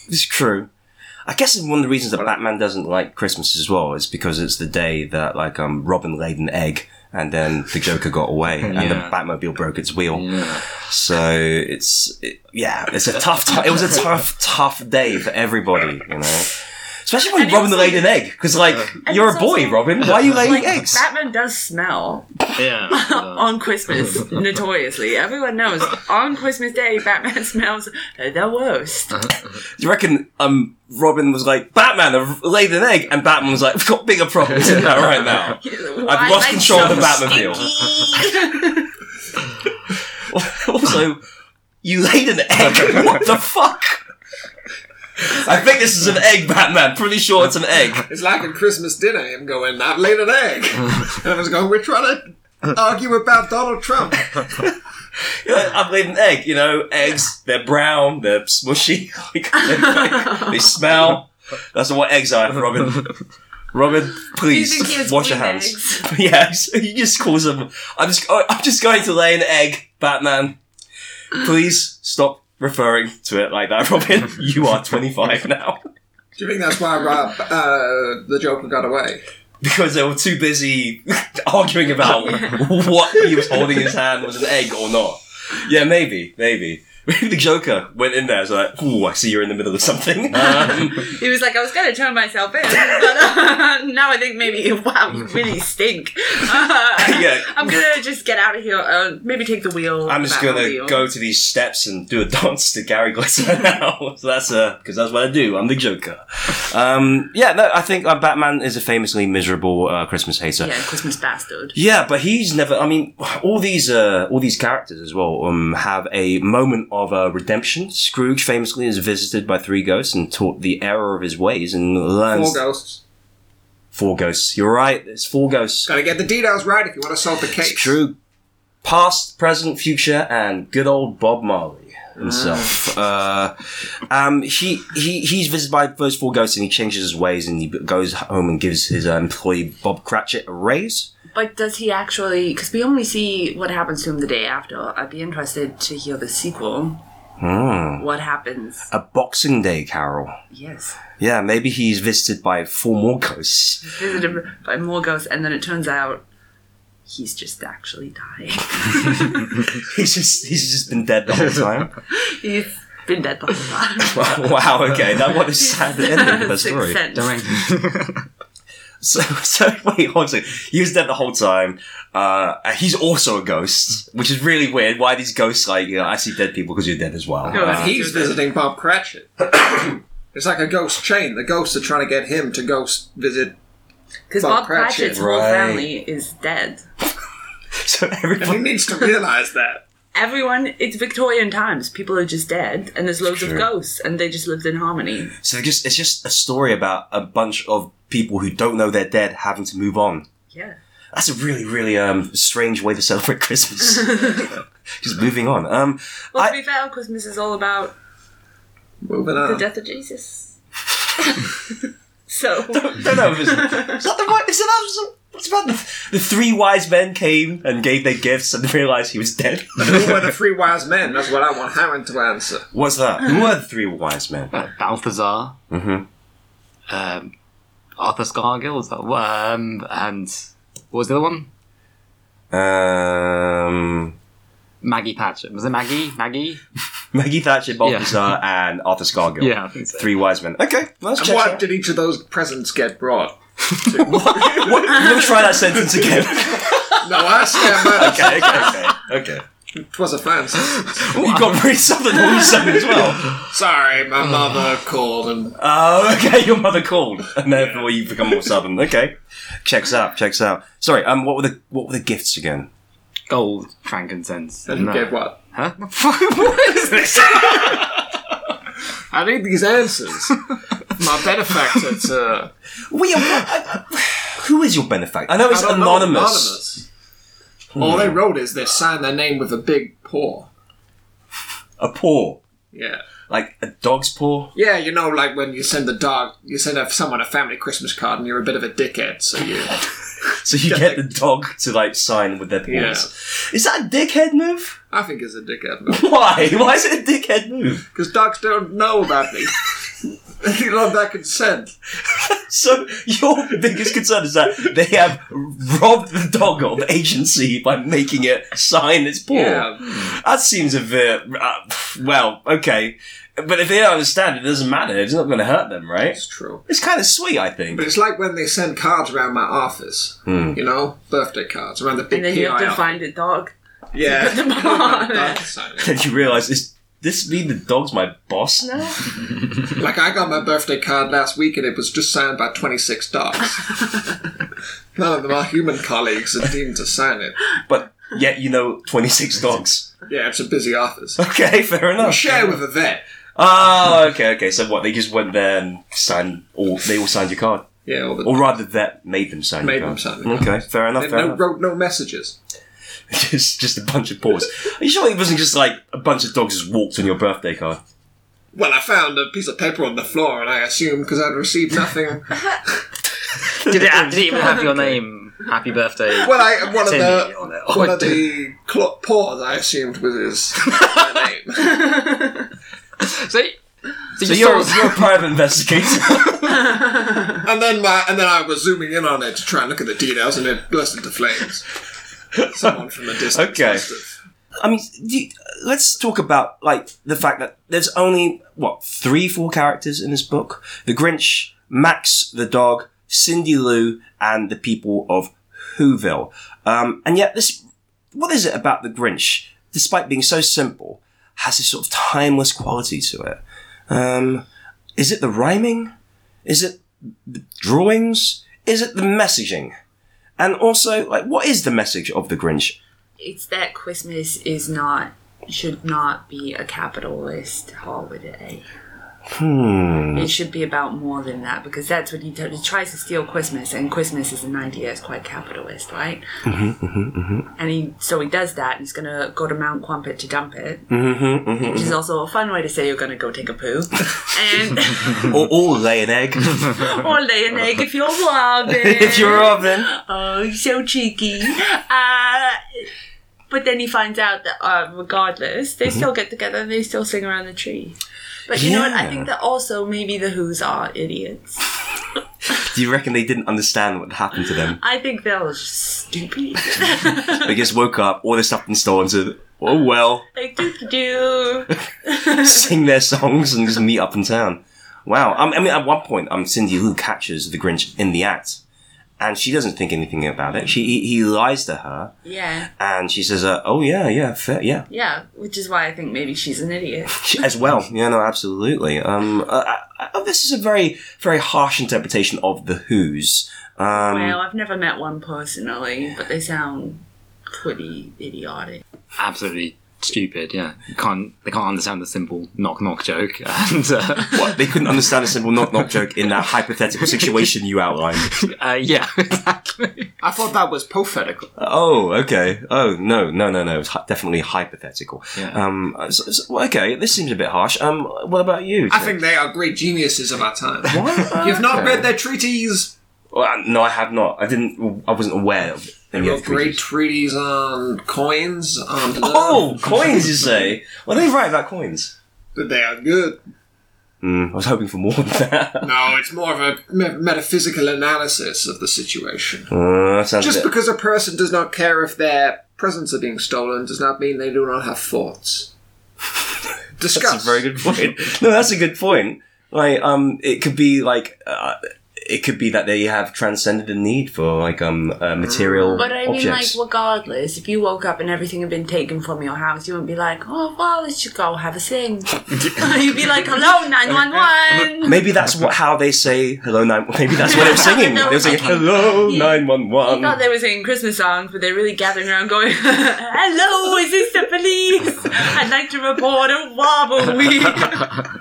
S1: It's true. I guess it's one of the reasons that Batman doesn't like Christmas as well is because it's the day that like um Robin laid an egg and then the Joker got away and the
S2: Yeah.
S1: Batmobile broke its wheel.
S2: Yeah.
S1: So it's it, yeah, it's a tough. ti- it was a tough, tough day for everybody, you know. Especially when
S4: And
S1: Robin
S4: it's
S1: laid
S4: like-
S1: an egg, because like
S4: And
S1: you're a
S4: it's
S1: boy,
S4: also-
S1: Robin. Why are you laying
S4: Like,
S1: eggs?
S4: Batman does smell
S2: Yeah.
S4: on Christmas, notoriously. Everyone knows on Christmas Day, Batman smells the worst.
S1: Do you reckon um Robin was like Batman I've laid an egg, and Batman was like we've got bigger problems than that right now.
S4: Why
S1: lost
S4: am I
S1: control of the
S4: so
S1: Batmobile.
S4: stinky?
S1: also, you laid an egg. What the fuck? I think this is an egg, Batman. Pretty sure it's an egg.
S3: It's like in Christmas dinner, him going, I've laid an egg. and I was going, we're trying to argue about Donald Trump.
S1: Yeah, I've laid an egg. You know, eggs, they're brown, they're smushy, like, they, they smell. That's what eggs are, Robin. Robin,
S4: Do you think he
S1: please
S4: has
S1: wash your
S4: green
S1: hands.
S4: eggs?
S1: Yes, he just calls them. I'm just, oh, I'm just going to lay an egg, Batman. Please stop referring to it like that, Robin. You are 25 now
S3: Do you think that's why Rob, uh, the Joker got away?
S1: because they were too busy arguing about what he was holding in his hand was an egg or not. Yeah, maybe, maybe. Maybe the Joker went in there. Was like, "Ooh, I see you're in the middle of something." Um,
S4: He was like, I was going to turn myself in, but uh, now I think maybe, wow, you really stink. Uh,
S1: Yeah.
S4: I'm going to just get out of here. Uh, maybe take the wheel.
S1: I'm just gonna
S4: Batmobile.
S1: go to these steps and do a dance to Gary Glitter now. so that's uh, because that's what I do. I'm the Joker. Um, yeah, no, I think uh, Batman is a famously miserable uh, Christmas hater.
S4: Yeah, Christmas bastard.
S1: Yeah, but he's never. I mean, all these uh, all these characters as well um, have a moment of uh, redemption. Scrooge famously is visited by three ghosts and taught the error of his ways and learns
S3: Four ghosts.
S1: Four ghosts. You're right. It's four ghosts.
S3: Gotta get the details right if you want to solve the case.
S1: It's true. Past, present, future, and good old Bob Marley himself.
S3: Ah.
S1: Uh, um, he he he's visited by those four ghosts and he changes his ways and he goes home and gives his uh, employee Bob Cratchit a raise.
S4: But does he actually? Because we only see what happens to him the day after. I'd be interested to hear the sequel. What happens?
S1: Hmm. A Boxing Day Carol.
S4: Yes,
S1: Yeah, maybe he's visited by four more ghosts.
S4: visited by more ghosts, and then it turns out he's just actually dying.
S1: He's just he's just been dead the whole time.
S4: he's been dead the whole time.
S1: wow, okay, that what a sad ending to the
S4: Sixth
S1: story.
S4: Sense.
S1: So so wait, hold on. a second. He was dead the whole time. Uh, and he's also a ghost, which is really weird. Why are these ghosts like you know, I see dead people because you're dead as well.
S4: No,
S1: Uh,
S3: But he's visiting Bob Cratchit. it's like a ghost chain. The ghosts are trying to get him to ghost visit.
S4: Because
S3: Bob
S4: Bob
S3: Cratchit.
S4: Cratchit's whole
S1: Right.
S4: family is dead.
S1: so
S3: He
S1: everybody
S3: needs to realize that.
S4: Everyone, it's Victorian times. People are just dead, and there's loads of
S1: true.
S4: ghosts, and they just lived in harmony.
S1: so it's just it's just a story about a bunch of people who don't know they're dead having to move on.
S4: Yeah.
S1: That's a really, really um, strange way to celebrate Christmas. just moving on. Um,
S4: Well, to
S1: I-
S4: be fair, Christmas is all about
S3: Moving
S1: Oh.
S4: the
S3: on.
S4: death of Jesus. so
S1: don't know if it's, it's not the right. It's about, it's about the, the three wise men came and gave their gifts and realized he was dead.
S3: Who were the three wise men? That's what I want Harren to answer.
S1: What's that? Who are the three wise men?
S2: Uh, Balthazar.
S1: Mhm.
S2: Um, Arthur Scargill. Was that, um, and what was the other one?
S1: Um,
S2: Maggie Patchett. Was it Maggie? Maggie?
S1: Maggie Thatcher, Balthazar, and Arthur Scargill.
S2: Yeah, I think so.
S1: Three wise men. Okay, let's
S3: And
S1: check.
S3: what
S1: that.
S3: did each of those presents get brought?
S1: What- what- Let me try that sentence again.
S3: No, I stand by
S1: okay, okay, okay. okay.
S3: It was a fancy.
S1: You got very southern all of a sudden as well.
S3: Sorry, my mother called and
S1: Oh, okay. Your mother called, and therefore you become more southern. Okay, checks out, checks out. Sorry. Um, what were the what were the gifts again?
S2: Gold frankincense.
S3: then
S2: No.
S3: he gave what?
S2: Huh? what is this?
S3: I need these answers. my benefactor to
S1: We are, I- uh, who is your benefactor? I know it's
S3: I don't know,
S1: anonymous.
S3: anonymous. Hmm. All they wrote is they signed their name with a big paw.
S1: A paw,
S3: Yeah.
S1: like a dog's paw.
S3: Yeah, you know, like when you send the dog, you send a- someone a family Christmas card, and you're a bit of a dickhead, so you.
S1: So you get the dog to like sign with their paws. Is that a dickhead move?
S3: I think it's a dickhead move
S1: Why? Why is it a dickhead move?
S3: because dogs don't know about me. you love that consent.
S1: So your biggest concern is that they have robbed the dog of agency by making it sign its paw. That seems a bit. Uh, well, okay. But if they don't understand, it doesn't matter. It's not going to hurt them, right?
S3: it's true.
S1: It's kind of sweet, I think.
S3: But it's like when they send cards around my office, you know, birthday cards around the big
S4: and then you have to
S3: PIL.
S4: find a dog.
S3: yeah.
S4: put them on.
S3: Dog sign it.
S1: Then you realise this. This mean the dog's my boss now?
S3: like I got my birthday card last week, and it was just signed by twenty six dogs. None of them are human colleagues and deemed to sign it.
S1: But yet you know twenty six dogs.
S3: Yeah, it's a busy office.
S1: Okay, fair enough.
S3: Share with a vet.
S1: Oh, okay, okay. So what? They just went there and signed. All they all signed your card,
S3: Yeah, all the
S1: or rather, that made them sign.
S3: Made
S1: your
S3: them
S1: card.
S3: sign the card.
S1: Okay, fair enough.
S3: They
S1: Fair
S3: no,
S1: enough.
S3: wrote no messages.
S1: just just a bunch of paws. Are you sure it wasn't just like a bunch of dogs just walked on your birthday card?
S3: Well, I found a piece of paper on the floor, and I assumed because I'd received nothing.
S2: Did it, did it even have your name? Happy birthday.
S3: well, I one of
S2: Timmy
S3: the
S2: on it.
S3: one of the cl- paws I assumed was his my name.
S2: so, so,
S1: So
S2: you
S1: you're,
S2: saw-
S1: you're a private investigator.
S3: And then my and then I was zooming in on it to try and look at the details, and it burst into flames. Someone from a distance.
S1: Okay.
S3: must have-
S1: I mean, do you- let's talk about like the fact that there's only what three, four characters in this book: the Grinch, Max the dog, Cindy Lou, and the people of Whoville. Um, and yet, this what is it about the Grinch? Despite being so simple, has this sort of timeless quality to it. Um, is it the rhyming? Is it the drawings? Is it the messaging? And also, like, what is the message of the Grinch?
S4: It's that Christmas is not should not be a capitalist holiday. Hmm. It should be about more than that because that's what he, t- he tries to steal Christmas, and Christmas is an idea that's quite capitalist, right? Mm-hmm, And he so he does that, and he's gonna go to Mount Crumpet to dump it, mm-hmm, which is also a fun way to say you're gonna go take a poo, and mm-hmm.
S1: or, or lay an egg
S4: or lay an egg if you're Robin.
S1: if you're Robin.
S4: oh, he's so cheeky. Uh, but then he finds out that uh, regardless, they still get together and they still sing around the tree. But you know what? I
S1: Yeah.
S4: think that also maybe the Who's are idiots.
S1: Do you reckon they didn't understand what happened to them?
S4: I think they're all just stupid.
S1: They just woke up, all their stuff been stolen, so oh well,
S4: like do do.
S1: sing their songs and just meet up in town. Wow. Um, I mean, at one point, um, Cindy Lou catches the Grinch in the act, and she doesn't think anything about it. She he, he lies to her,
S4: Yeah,
S1: and she says, uh, "Oh yeah, yeah, fair, yeah."
S4: yeah. Which is why I think maybe she's an idiot.
S1: She- as well. Yeah, no, absolutely. Um, uh, I, I, this is a very very harsh interpretation of the Who's. Um,
S4: well, I've never met one personally, but they sound pretty idiotic.
S2: absolutely stupid. Yeah, can't they can't understand the simple knock knock joke and uh,
S1: What, they couldn't understand a simple knock knock joke in that hypothetical situation you outlined.
S2: uh, yeah, exactly.
S3: I thought that was prophetical.
S1: Oh, okay. Oh, no, no, no, no. It's hy- definitely hypothetical.
S2: Yeah.
S1: Um, uh, so- so- well, okay, this seems a bit harsh. Um, what about you?
S3: I
S1: Jake?
S3: think they are great geniuses of our time.
S1: What?
S3: You've not
S1: Okay.
S3: read their treaties.
S1: Well, uh, no, I have not. I didn't. I wasn't aware of.
S3: They
S1: any
S3: wrote
S1: other creatures.
S3: great treaties on coins. On
S1: Oh, coins! You say? Well, they write about coins.
S3: but they are good.
S1: Mm, I was hoping for more than that.
S3: No, it's more of a me- metaphysical analysis of the situation.
S1: Uh, that sounds a
S3: Just
S1: bit-
S3: because a person does not care if their presents are being stolen does not mean they do not have thoughts. Discuss.
S1: That's a very good point. No, that's a good point. Like, um, it could be like, uh, it could be that they have transcended the need for like um uh, material
S4: But I mean,
S1: objects.
S4: like, regardless, if you woke up and everything had been taken from your house, you wouldn't be like, oh, well, let's just go have a sing. You'd be like, hello, 911.
S1: Maybe that's what how they say hello nine. Maybe that's what they're singing.
S4: No,
S1: They're singing
S4: I can't.
S1: hello
S4: You-
S1: nine one
S2: Um,
S4: I thought
S1: one.
S4: they were singing Christmas songs, but they're really gathering around going, hello, is this the police? I'd like to report a robbery.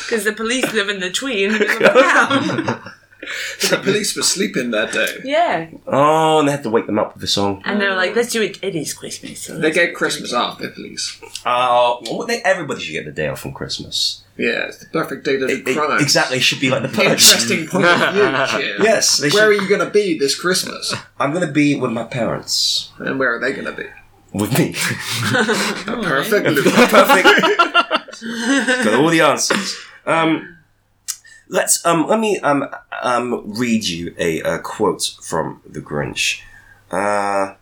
S4: Because the police live in the tree in the middle of the town.
S3: the police were sleeping that day.
S4: Yeah.
S1: Oh, and they had to wake them up with a song.
S4: And they're like, let's do it. It is Christmas. So
S3: They
S4: let's-
S3: get Christmas off, the police.
S1: Oh, well, they, everybody should get the day off from Christmas.
S3: Yeah, it's the perfect day to do
S1: It- it-
S3: crime.
S1: E-, exactly, it should be like the purge.
S3: Interesting point of view, Jim.
S1: Yes, they
S3: Where are
S1: should.
S3: you going to be this Christmas?
S1: I'm gonna be with my parents.
S3: And where are they going to be?
S1: With me,
S3: Perfect.
S1: perfect. Got all the answers. Um, Let's um let me um um read you a, uh quote from the Grinch. Uh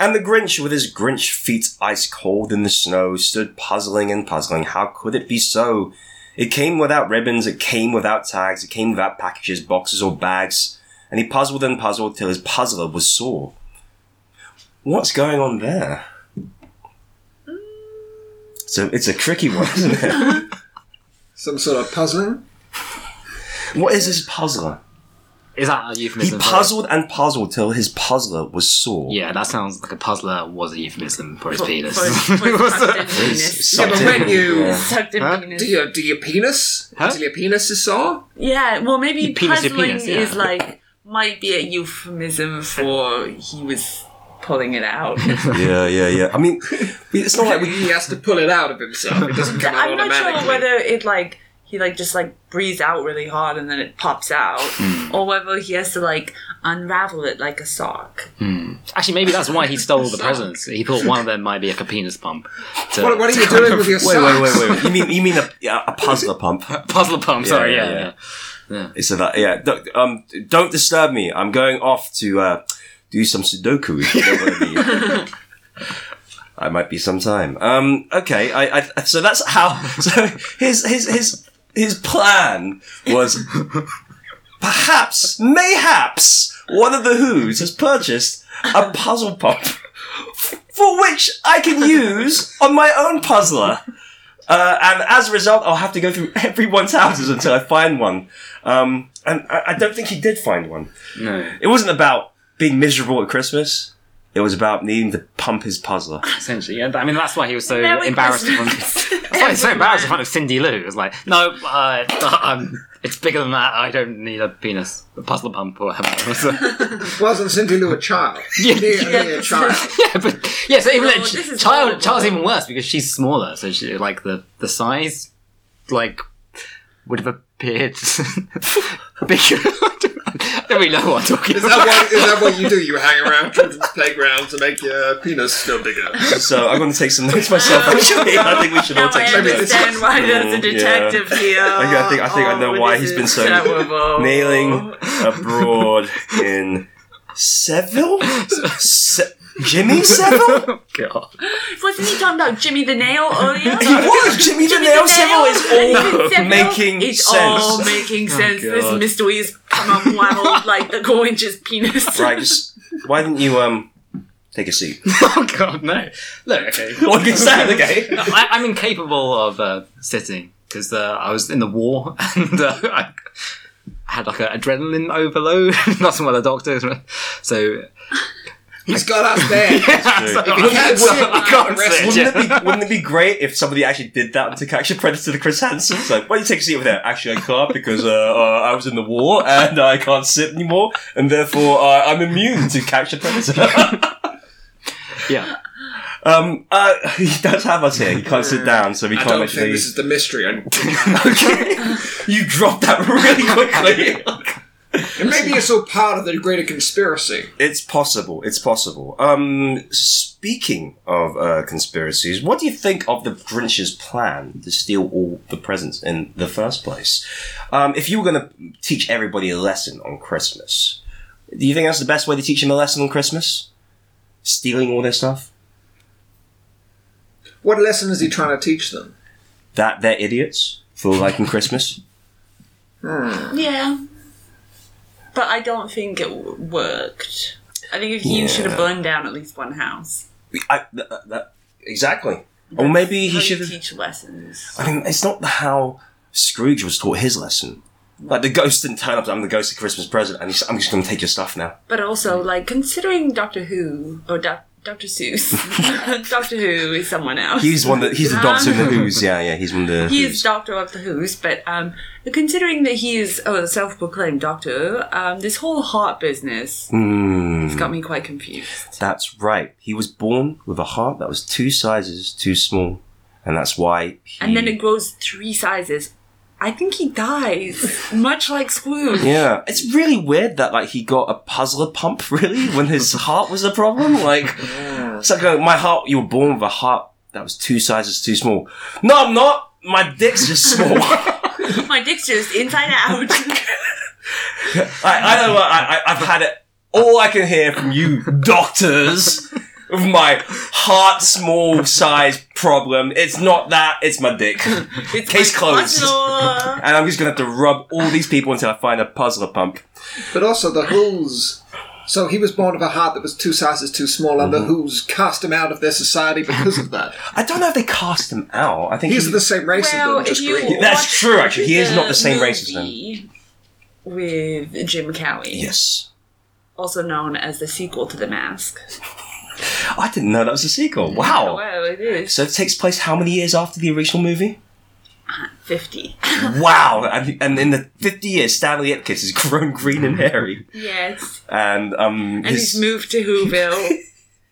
S1: and the Grinch, with his Grinch feet ice cold in the snow, stood puzzling and puzzling. How could it be so? It came without ribbons, it came without tags, it came without packages, boxes, or bags. And he puzzled and puzzled till his puzzler was sore. What's going on there? So it's a tricky one, isn't it?
S3: Some sort of puzzling.
S1: What is this puzzler?
S2: Is that a
S1: He
S2: euphemism? for-
S1: puzzled and puzzled till his puzzler was sore.
S2: Yeah, that sounds like a puzzler was a euphemism for his penis.
S4: For, for
S2: It was
S4: sucked
S2: a-
S4: in penis.
S3: Yeah, but when you
S1: Yeah.
S4: Sucked in
S2: Huh?
S4: penis.
S3: do your do your penis
S2: Huh?
S3: until your penis is sore.
S4: Yeah, well, maybe
S2: Penis to
S4: puzzling
S2: penis, yeah.
S4: is like might be a euphemism for he was pulling it out.
S1: yeah, yeah, yeah. I mean, it's not like we.
S3: He has to pull it out of himself. It doesn't come out
S4: I'm not
S3: automatically.
S4: sure whether it like he like just like breathes out really hard and then it pops out,
S1: Hmm.
S4: or whether he has to like unravel it like a sock.
S2: Actually, maybe that's why he stole the presents. He thought one of them might be like a penis pump. To,
S3: What, what are
S2: to
S3: you
S2: kind
S3: doing
S2: of-
S3: with your
S1: Wait,
S3: socks?
S1: wait, wait, wait. You mean you mean a, yeah, a puzzler pump?
S2: Puzzle pump, sorry,
S1: yeah,
S2: yeah.
S1: yeah.
S2: yeah.
S1: So that yeah. Don't, um, don't disturb me. I'm going off to uh, do some Sudoku. If you know what I mean. I might be some time. Um, okay. I, I so that's how. So his his his his plan was perhaps mayhaps one of the Who's has purchased a puzzle pump for which I can use on my own puzzler. Uh, and as a result, I'll have to go through everyone's houses until I find one. Um, and I, I don't think he did find one.
S2: No,
S1: It wasn't about being miserable at Christmas. It was about needing to pump his puzzler.
S2: essentially. Yeah, I mean, that's why he was so
S4: Merry
S2: embarrassed. in front-
S4: Christmas.
S2: That's why he was so embarrassed in front of Cindy Lou. It was like, no, uh, um, it's bigger than that. I don't need a penis, a puzzle pump, or whatever.
S3: Wasn't Cindy Lou a child?
S2: Yeah.
S3: Nearly a child.
S2: yeah, but yeah, so even
S4: No,
S2: a ch-
S4: this is
S2: child,
S4: horrible.
S2: child's even worse because she's smaller. So she like the the size, like would have appeared bigger. I don't really know what I'm talking
S3: Is that,
S2: about.
S3: what, is that what you do? You hang around children's playgrounds to make your penis still bigger.
S1: So I'm going to take some notes myself. Actually, I think we should all
S4: Oh. Now
S1: take
S4: I
S1: some
S3: maybe
S1: notes.
S3: this
S4: understand why there's a
S1: Mm, yeah.
S4: detective here.
S1: I think- I think I know
S4: Oh,
S1: why
S4: this
S1: he's been
S4: is
S1: so
S4: terrible.
S1: Nailing
S4: Oh.
S1: abroad in Seville, Se- Jimmy Seville.
S2: Oh, God.
S4: Wasn't he talking about Jimmy the Nail earlier?
S1: He was Jimmy, the Nail Seville is all
S4: Anything Seville
S1: making
S4: it's
S1: sense. Oh,
S4: all making sense. this
S2: God.
S4: mystery's come unraveled like the Goinch's penis.
S1: right. Just why didn't you um take a seat?
S2: Oh God, no! Look, okay.
S1: What is that? Okay.
S2: I, I'm incapable of uh, sitting because uh, I was in the war and uh, I had like an adrenaline overload. That's what the doctors. So
S3: He's got us there. You can't sit.
S2: I
S3: you
S2: can't
S3: can't rest.
S2: sit.
S1: Wouldn't it, be, wouldn't it be great if somebody actually did that and took actually credit to the Chris Hansen? It's like, why do you take a seat over there? Actually, I can't because uh, uh, I was in the war and I can't sit anymore, and therefore uh, I'm immune to capture predator.
S2: yeah,
S1: um, uh, he does have us here. He can't sit down, so we
S3: I
S1: can't
S3: don't
S1: actually.
S3: think this is the mystery. And
S1: you dropped that really quickly.
S3: maybe it's all part of the greater conspiracy.
S1: It's possible. It's possible. Um, speaking of uh, conspiracies, what do you think of the Grinch's plan to steal all the presents in the first place? Um, if you were going to teach everybody a lesson on Christmas, do you think that's the best way to teach them a lesson on Christmas? Stealing all their stuff?
S3: What lesson is he trying to teach them?
S1: That they're idiots for liking Christmas?
S4: Yeah. But I don't think it w- worked. I think if you
S1: Yeah.
S4: should have burned down at least one house.
S1: I, th- th- that, exactly. Or maybe
S4: How
S1: he
S4: you
S1: should have.
S4: teach lessons.
S1: I mean, it's not how Scrooge was taught his lesson. Like the ghost didn't turn up. I'm the ghost of Christmas present, and he's, I'm just going to take your stuff now.
S4: But also, like, considering Doctor Who, or Doc Dr. Seuss, Doctor Who is someone else.
S1: He's one that he's the doctor
S4: Ah.
S1: in the Who's. Yeah, yeah, he's one of the.
S4: he
S1: Who's.
S4: is doctor of the who's but um considering that he is oh, a self-proclaimed doctor um this whole heart business has got me quite confused
S1: Hmm, That's right. He was born with a heart that was two sizes too small, and that's why. He,
S4: and then it grows three sizes i think he dies much like scrooge
S1: yeah, it's really weird that like he got a puzzler pump really when his heart was the problem. Like, it's like uh, my heart. You were born with a heart that was two sizes too small. No, I'm not. My dick's just small.
S4: My dick's just inside out.
S1: I, I know. I, I, I've had it. All I can hear from you doctors of my heart small size problem. It's not that. It's my dick. And
S4: It's
S1: Case
S4: my
S1: closed.
S4: puzzle.
S1: I'm just gonna have to rub all these people until I find a puzzler pump.
S3: But also the Who's. So he was born of a heart that was two sizes too small, and
S1: Mm-hmm.
S3: the Who's cast him out of their society because of that.
S1: I don't know if they cast him out. I think
S3: He's
S1: he-
S3: the same race
S4: Well,
S3: as them,
S4: if
S3: just
S4: you
S3: green.
S1: That's
S4: watch
S1: true, actually. He is not the same race as them.
S4: movie With Jim Cowie,
S1: yes.
S4: also known as the sequel to The Mask.
S1: I didn't know that was a sequel. Wow.
S4: wow, it is
S1: So it takes place how many years after the original movie?
S4: fifty.
S1: Wow! And, and in the fifty years, Stanley Ipkiss has grown green and hairy,
S4: yes,
S1: and um,
S4: and he's moved to Whoville.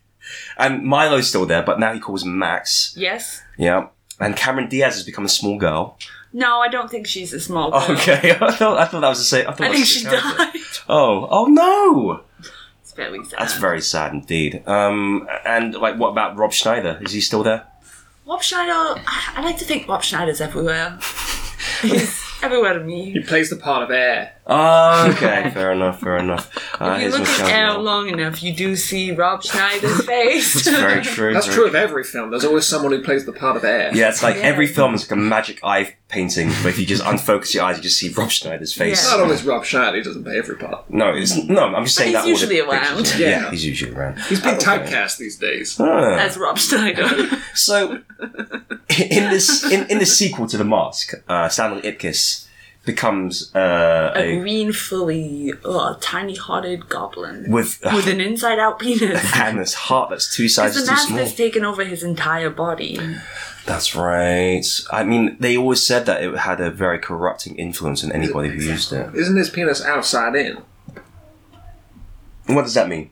S1: and Milo's still there, but now he calls him Max.
S4: yes.
S1: Yeah. And Cameron Diaz has become a small girl.
S4: No, I don't think she's a small girl.
S1: Okay, I thought I thought that was the same. I, thought
S4: I
S1: that
S4: think
S1: was a
S4: she
S1: character.
S4: died.
S1: Oh, oh no!
S4: It's very sad.
S1: That's very sad indeed. Um, and like, what about Rob Schneider? Is he still there?
S4: Rob Schneider. I I like to think Rob Schneider's everywhere. he's everywhere to me.
S3: He plays the part of air.
S1: Oh, okay, fair enough, fair enough. Uh,
S4: If you
S1: here's
S4: look at
S1: Michelle's
S4: air
S1: role.
S4: long enough, you do see Rob Schneider's face.
S1: Very true.
S3: That's
S1: very
S3: true of every film. There's always someone who plays the part of air.
S1: Yeah, it's like
S4: Yeah.
S1: every film is like a magic eye painting, but if you just unfocus your eyes, you just see Rob Schneider's face.
S3: It's not always Rob Schneider. He doesn't play every part.
S1: No, it's no. I'm just saying
S4: he's
S1: that all the
S4: usually around.
S1: pictures- Yeah.
S3: Yeah.
S1: he's usually around.
S3: He's been
S1: Okay.
S3: typecast these days.
S1: Ah.
S4: That's Rob Schneider.
S1: So, in this in, in the sequel to The Mask, uh, Stanley Ipkiss becomes uh,
S4: a
S1: a
S4: green, fully uh, tiny-hearted goblin
S1: with
S4: with an inside-out penis.
S1: and this heart that's two
S4: Because
S1: sizes
S4: the
S1: too
S4: mask
S1: small.
S4: has taken over his entire body.
S1: That's right. I mean, they always said that it had a very corrupting influence on anybody who used it.
S3: Isn't his penis outside in?
S1: What does that mean?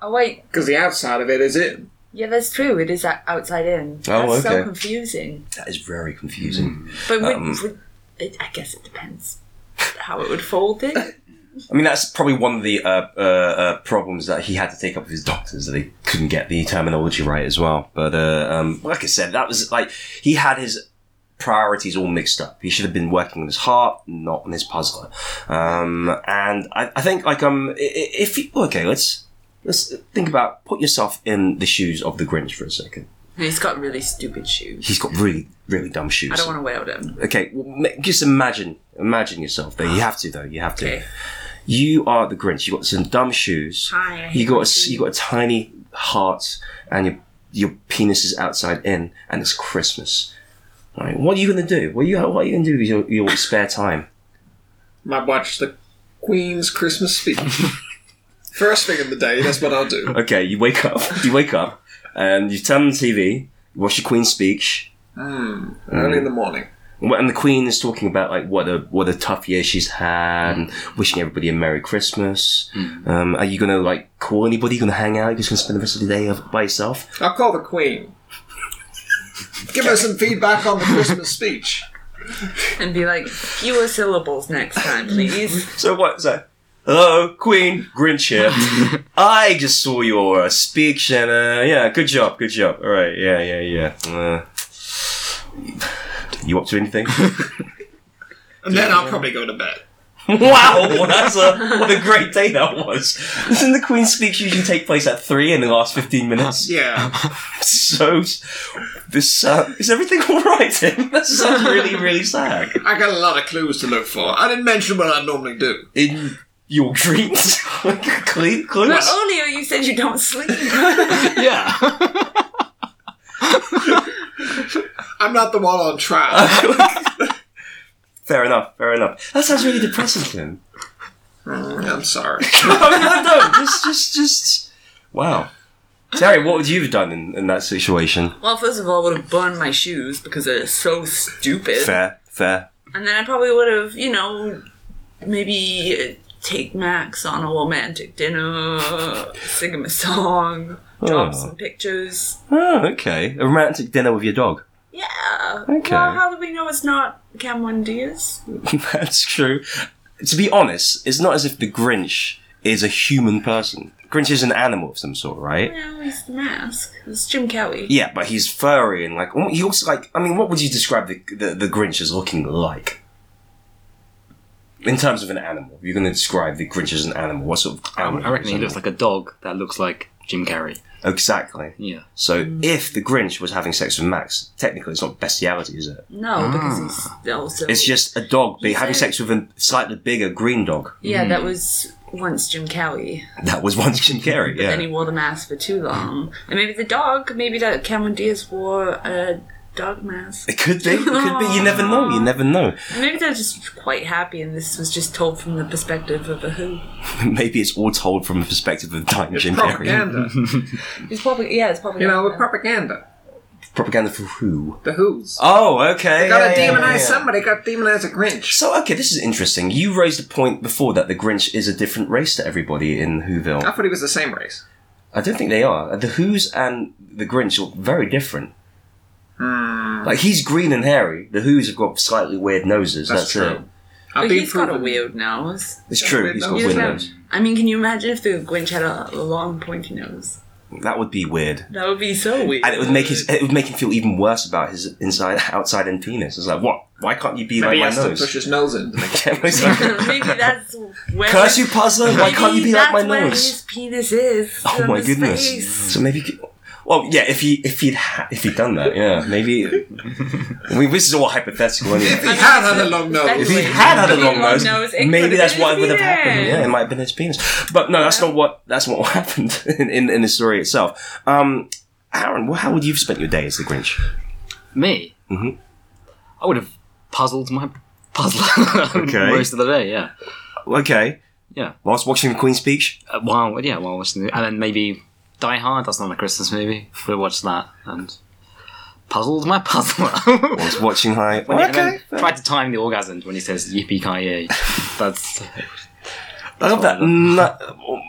S4: Oh wait,
S3: Because the outside of it is in.
S4: yeah, that's true. It is o- outside in.
S1: Oh,
S4: that's so
S1: okay.
S4: confusing.
S1: That is very confusing.
S4: But would,
S1: Um,
S4: would, it, I guess it depends how it would fold it.
S1: I mean, that's probably one of the uh, uh, uh, problems that he had to take up with his doctors that they couldn't get the terminology right as well. But uh, um, like I said, that was like he had his priorities all mixed up. He should have been working on his heart, not on his puzzler. Um, and I, I think like um, i- i- if you, okay, let's let's think about put yourself in the shoes of the Grinch for a second.
S4: He's got really stupid shoes.
S1: He's got really really dumb shoes.
S4: I don't want to wear them.
S1: Okay, well, ma- just imagine, imagine yourself. Though you have to, though you have to.
S4: Okay.
S1: You are the Grinch. You got some dumb shoes.
S4: Hi, I hate
S1: You got a,
S4: my
S1: s- you got a tiny heart, and your your penis is outside in, and it's Christmas. Right? What are you gonna do? What are you what are you gonna do with your, your spare time?
S3: Might watch the Queen's Christmas speech. First thing in the day, that's what I'll do.
S1: Okay, you wake up. You wake up, and you turn on the TV. You watch the Queen's speech.
S3: Early in the morning.
S1: Well, And the Queen is talking about like what a what a tough year she's had, and wishing everybody a Merry Christmas. Um, are you gonna like call anybody? You gonna hang out? You just gonna spend the rest of the day of, by yourself?
S3: I'll call the Queen. Give her some feedback on the Christmas speech.
S4: And be like, fewer syllables next time, please.
S1: So what? So hello, Queen Grinch here. I just saw your uh, speech, and uh, yeah, good job, good job. All right, yeah, yeah, yeah. Uh, you up to anything?
S3: And then I'll probably go to bed.
S1: wow, that's a what a great day that was. Doesn't the Queen's speech usually take place at three in the last fifteen minutes?
S3: Yeah.
S1: so this uh, is everything all right tim that sounds really really sad
S3: I got a lot of clues to look for. I didn't mention what I normally do.
S1: in your dreams like clean
S4: But
S1: clothes
S4: earlier you said you don't sleep.
S2: yeah.
S3: I'm not the one on trial.
S1: fair enough fair enough that sounds really depressing tim
S3: I'm sorry.
S1: no no no just just just wow terry what would you have done in, in that situation
S4: well, first of all, I would have burned my shoes because they're so stupid.
S1: fair fair
S4: And then I probably would have, you know, maybe uh, take Max on a romantic dinner, sing him a song,
S1: Oh.
S4: drop some pictures.
S1: oh okay a romantic dinner with your dog
S4: Yeah.
S1: Okay.
S4: Well, how do we know it's not Cameron Diaz?
S1: That's true. To be honest, it's not as if the Grinch is a human person. Grinch is an animal of some sort, right?
S4: No, he's the mask. It's Jim Kelly.
S1: Yeah, but he's furry and like he looks like. I mean, what would you describe the the, the Grinch as looking like? in terms of an animal, you're going to describe the Grinch as an animal. What sort of animal?
S2: I reckon he
S1: is
S2: looks like a dog that looks like Jim Carrey.
S1: it? Exactly.
S2: Yeah.
S1: So
S3: Mm.
S1: if the Grinch was having sex with Max, technically it's not bestiality, is it?
S4: No, because he's also.
S1: Ah. It's just a dog be
S4: He
S1: having
S4: said-
S1: sex with a slightly bigger green dog.
S4: Yeah, that was once Jim Cowie.
S1: That was once Jim Carrey, yeah.
S4: And he wore the mask for too long. And maybe the dog, maybe that Cameron Diaz wore a dog mask.
S1: It could be. It could be. You never know. You never know.
S4: And maybe they're just quite happy and this was just told from the perspective of a who.
S1: Maybe it's all told from the perspective of dying Jim Carrey.
S3: Propaganda.
S4: It's probably, yeah, it's probably.
S3: You know, with propaganda.
S1: Propaganda for who?
S3: The Who's.
S1: Oh, okay. yeah,
S3: Gotta
S1: yeah,
S3: demonize
S1: yeah, yeah.
S3: somebody, gotta demonize a Grinch.
S1: So, okay, this is interesting. You raised a point before that the Grinch is a different race to everybody in
S3: I
S1: Whoville.
S3: thought he was the same race.
S1: I don't think they are. The Who's and the Grinch are very different.
S3: Hmm.
S1: Like, he's green and hairy. The Who's have got slightly weird noses. That's,
S3: That's true.
S1: it.
S3: I've
S4: But
S3: been
S4: he's got a
S3: proven-
S4: weird nose.
S1: It's
S3: Yeah,
S1: true.
S3: weird
S1: He's got
S3: nose.
S1: weird
S3: He's
S4: got-
S1: nose.
S4: I mean, can you imagine if the Grinch had a long, pointy nose?
S1: That would be weird.
S4: That would be so weird.
S1: And it would make his it would make him feel even worse about his inside outside and penis. It's like, what? Why can't you be
S3: Maybe he
S1: like
S3: has
S1: my
S3: to push
S1: nose?
S3: his nose in.
S1: Yeah, exactly.
S4: maybe that's where.
S1: Curse you, puzzler! Why can't you be
S4: Maybe
S1: like my
S4: that's where
S1: nose?
S4: His penis is.
S1: Oh
S4: on
S1: my
S4: his
S1: goodness!
S4: face.
S1: So maybe, c- well, yeah. If he if he'd ha- if he'd done that, yeah, maybe. I mean, this is all hypothetical.
S3: He
S1: Anyway.
S3: had had a long nose.
S1: If he
S4: Speculate.
S1: had had a
S4: Big
S1: long
S4: long
S1: nose,
S4: nose, it
S1: maybe
S4: could've
S1: that's
S4: been
S1: what
S4: his
S1: would have happened.
S4: penis.
S1: Yeah, it might have been his penis. But no, that's not what that's not what happened in, in, in the story itself. Um, Aaron, well, how would you have spent your day as the Grinch?
S2: Me? Mm-hmm. I would have puzzled my puzzler
S1: Okay.
S2: most of the day, yeah.
S1: Okay.
S2: Yeah.
S1: Whilst watching the Queen's Speech.
S2: Uh, while, yeah, while watching the And then maybe Die Hard, that's not a Christmas movie. We'll watch that and puzzled my puzzler.
S1: Whilst watching High.
S2: And then
S1: Okay.
S2: Tried to time the orgasms when he says yippee ki That's.
S1: I love that. No,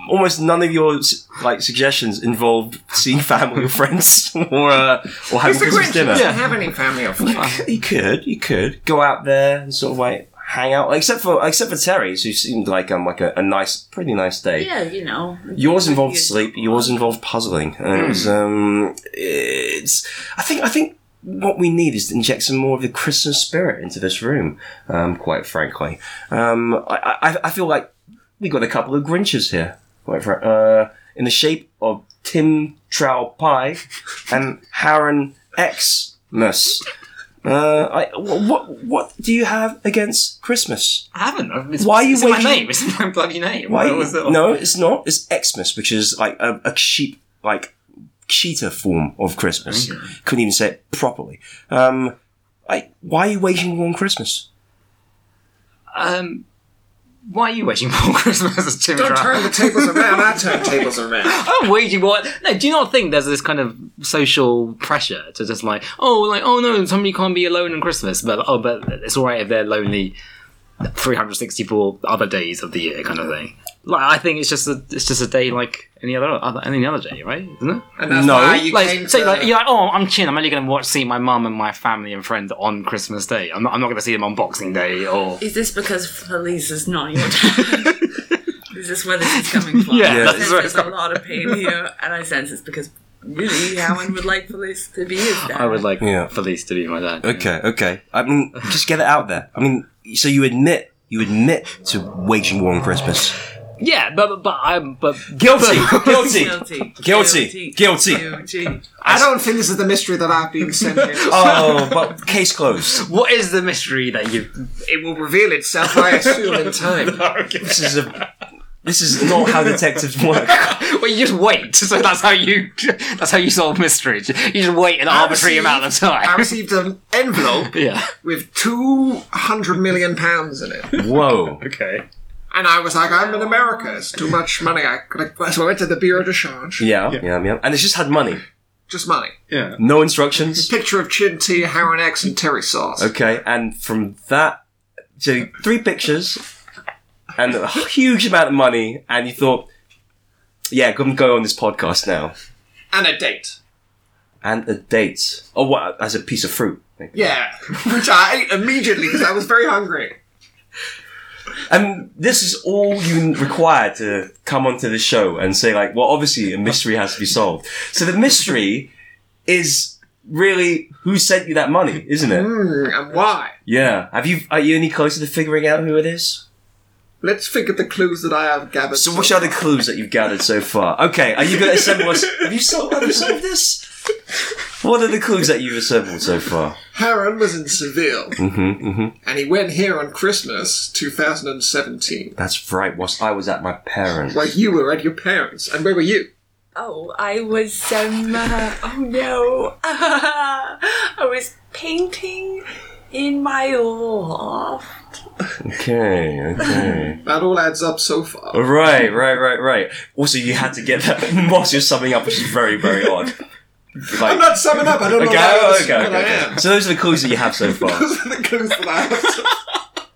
S1: almost none of your s- like suggestions involved seeing family or friends or uh, or having
S3: He's the
S1: Christmas
S3: Grinch. He
S1: dinner.
S3: doesn't have any family or friends.
S1: You could, you could go out there and sort of like hang out. Except for except for Terry's, who seemed like um like a, a nice, pretty nice day.
S4: Yeah, you know.
S1: Yours involved
S4: You'd-
S1: sleep. Yours involved puzzling. And it was, um, it's. I think. I think what we need is to inject some more of the Christmas spirit into this room. Um, quite frankly, um, I, I, I feel like we got a couple of Grinches here. Quite fr- uh, in the shape of Tim Trow Pie and Harren X Mus. Uh, I, wh- what what do you have against Christmas?
S2: I haven't. I've- It's,
S1: Why are you
S2: it's in my
S1: waiting-
S2: name? It's in my bloody name.
S1: Why?
S2: What was it?
S1: No, it's not. It's Xmas, which is like a, a sheep, like cheetah form of Christmas. Couldn't even say it properly. Um, I, why are you waging war on Christmas?
S2: Um, why are you waiting for Christmas as Tim
S3: Don't
S2: Drought?
S3: turn the tables around. I turn tables around.
S2: I'm waging war. No, do you not think there's this kind of social pressure to just like, oh, like, oh no, somebody can't be alone on Christmas, but oh, but it's all right if they're lonely 364 other days of the year, kind of thing. Like, I think it's just a, it's just a day like any other, other any other day, right? Isn't it?
S3: And that's
S1: No.
S3: why you came
S2: Like, say,
S3: to-
S2: like, you're like, oh, I'm chin. I'm only going to watch see my mum and my family and friends on Christmas Day. I'm not, I'm not going to see them on Boxing Day or
S4: Is this because Felice is not your dad? is this where this is coming from?
S2: Yeah,
S1: Yeah.
S4: I
S1: that's
S4: sense
S2: where
S4: there's
S2: it's
S4: a lot of pain here, and I sense it's because really Howard would like Felice to be his dad.
S2: I would like
S1: Yeah.
S2: Felice to be my dad.
S1: Okay, okay. I mean, just get it out there. I mean, so you admit you admit to waging war on Christmas?
S2: Yeah, but but, but I'm but
S1: Guilty, guilty, guilty,
S4: Guilty.
S1: guilty.
S4: Guilty.
S3: I don't think this is the mystery that I've been sent here. to solve.
S1: Oh, but case closed.
S2: what is the mystery that you?
S3: It will reveal itself, I assume, in time.
S1: This is a. This is not how detectives work.
S2: Well, you just wait. So that's how you. That's how you solve mysteries. You just wait an arbitrary
S3: received-
S2: amount of
S3: I
S2: time.
S3: received an envelope
S2: yeah.
S3: with two hundred million pounds in it.
S1: Whoa.
S2: Okay.
S3: And I was like, I'm in America. It's too much money. I could so I went to the Bureau de Change.
S1: Yeah, yeah, yeah. And it's just had money.
S3: Just money.
S2: Yeah.
S1: No instructions.
S3: Picture of Chin Tea, Heron X, and Terry Sauce.
S1: Okay, and from that, so three pictures and a huge amount of money, and you thought, yeah, go and go on this podcast now.
S3: And a date.
S1: And a date. Oh, what? As a piece of fruit.
S3: Yeah. Which I ate immediately because I was very hungry.
S1: And this is all you require to come onto the show and say, like, well, obviously a mystery has to be solved. So the mystery is really who sent you that money, isn't it?
S3: Mm, and why?
S1: Yeah. Have you, are you any closer to figuring out who it is?
S3: Let's figure the clues that I have gathered.
S1: So, what are the clues that you've gathered so far? Okay, are you going to assemble us? Have you solved, have you solved this? What are the clues that you've assembled so far?
S3: Heron was in Seville,
S1: Mm-hmm, mm-hmm.
S3: and he went here on Christmas 2017.
S1: That's right. Whilst I was at my parents,
S3: Where you were at your parents, and where were you?
S4: Oh, I was um. Uh, oh no, I was painting in my loft.
S1: okay, okay,
S3: That all adds up so
S1: Oh.
S3: far.
S1: right, right, right, right. Also, you had to get that whilst you're summing up, which is very, very odd. Like,
S3: I'm not summing up. I don't know
S1: okay,
S3: how
S1: okay,
S3: okay,
S1: okay,
S3: I
S1: okay.
S3: am.
S1: So those are the clues that you have so far.
S3: Those are the clues that I have.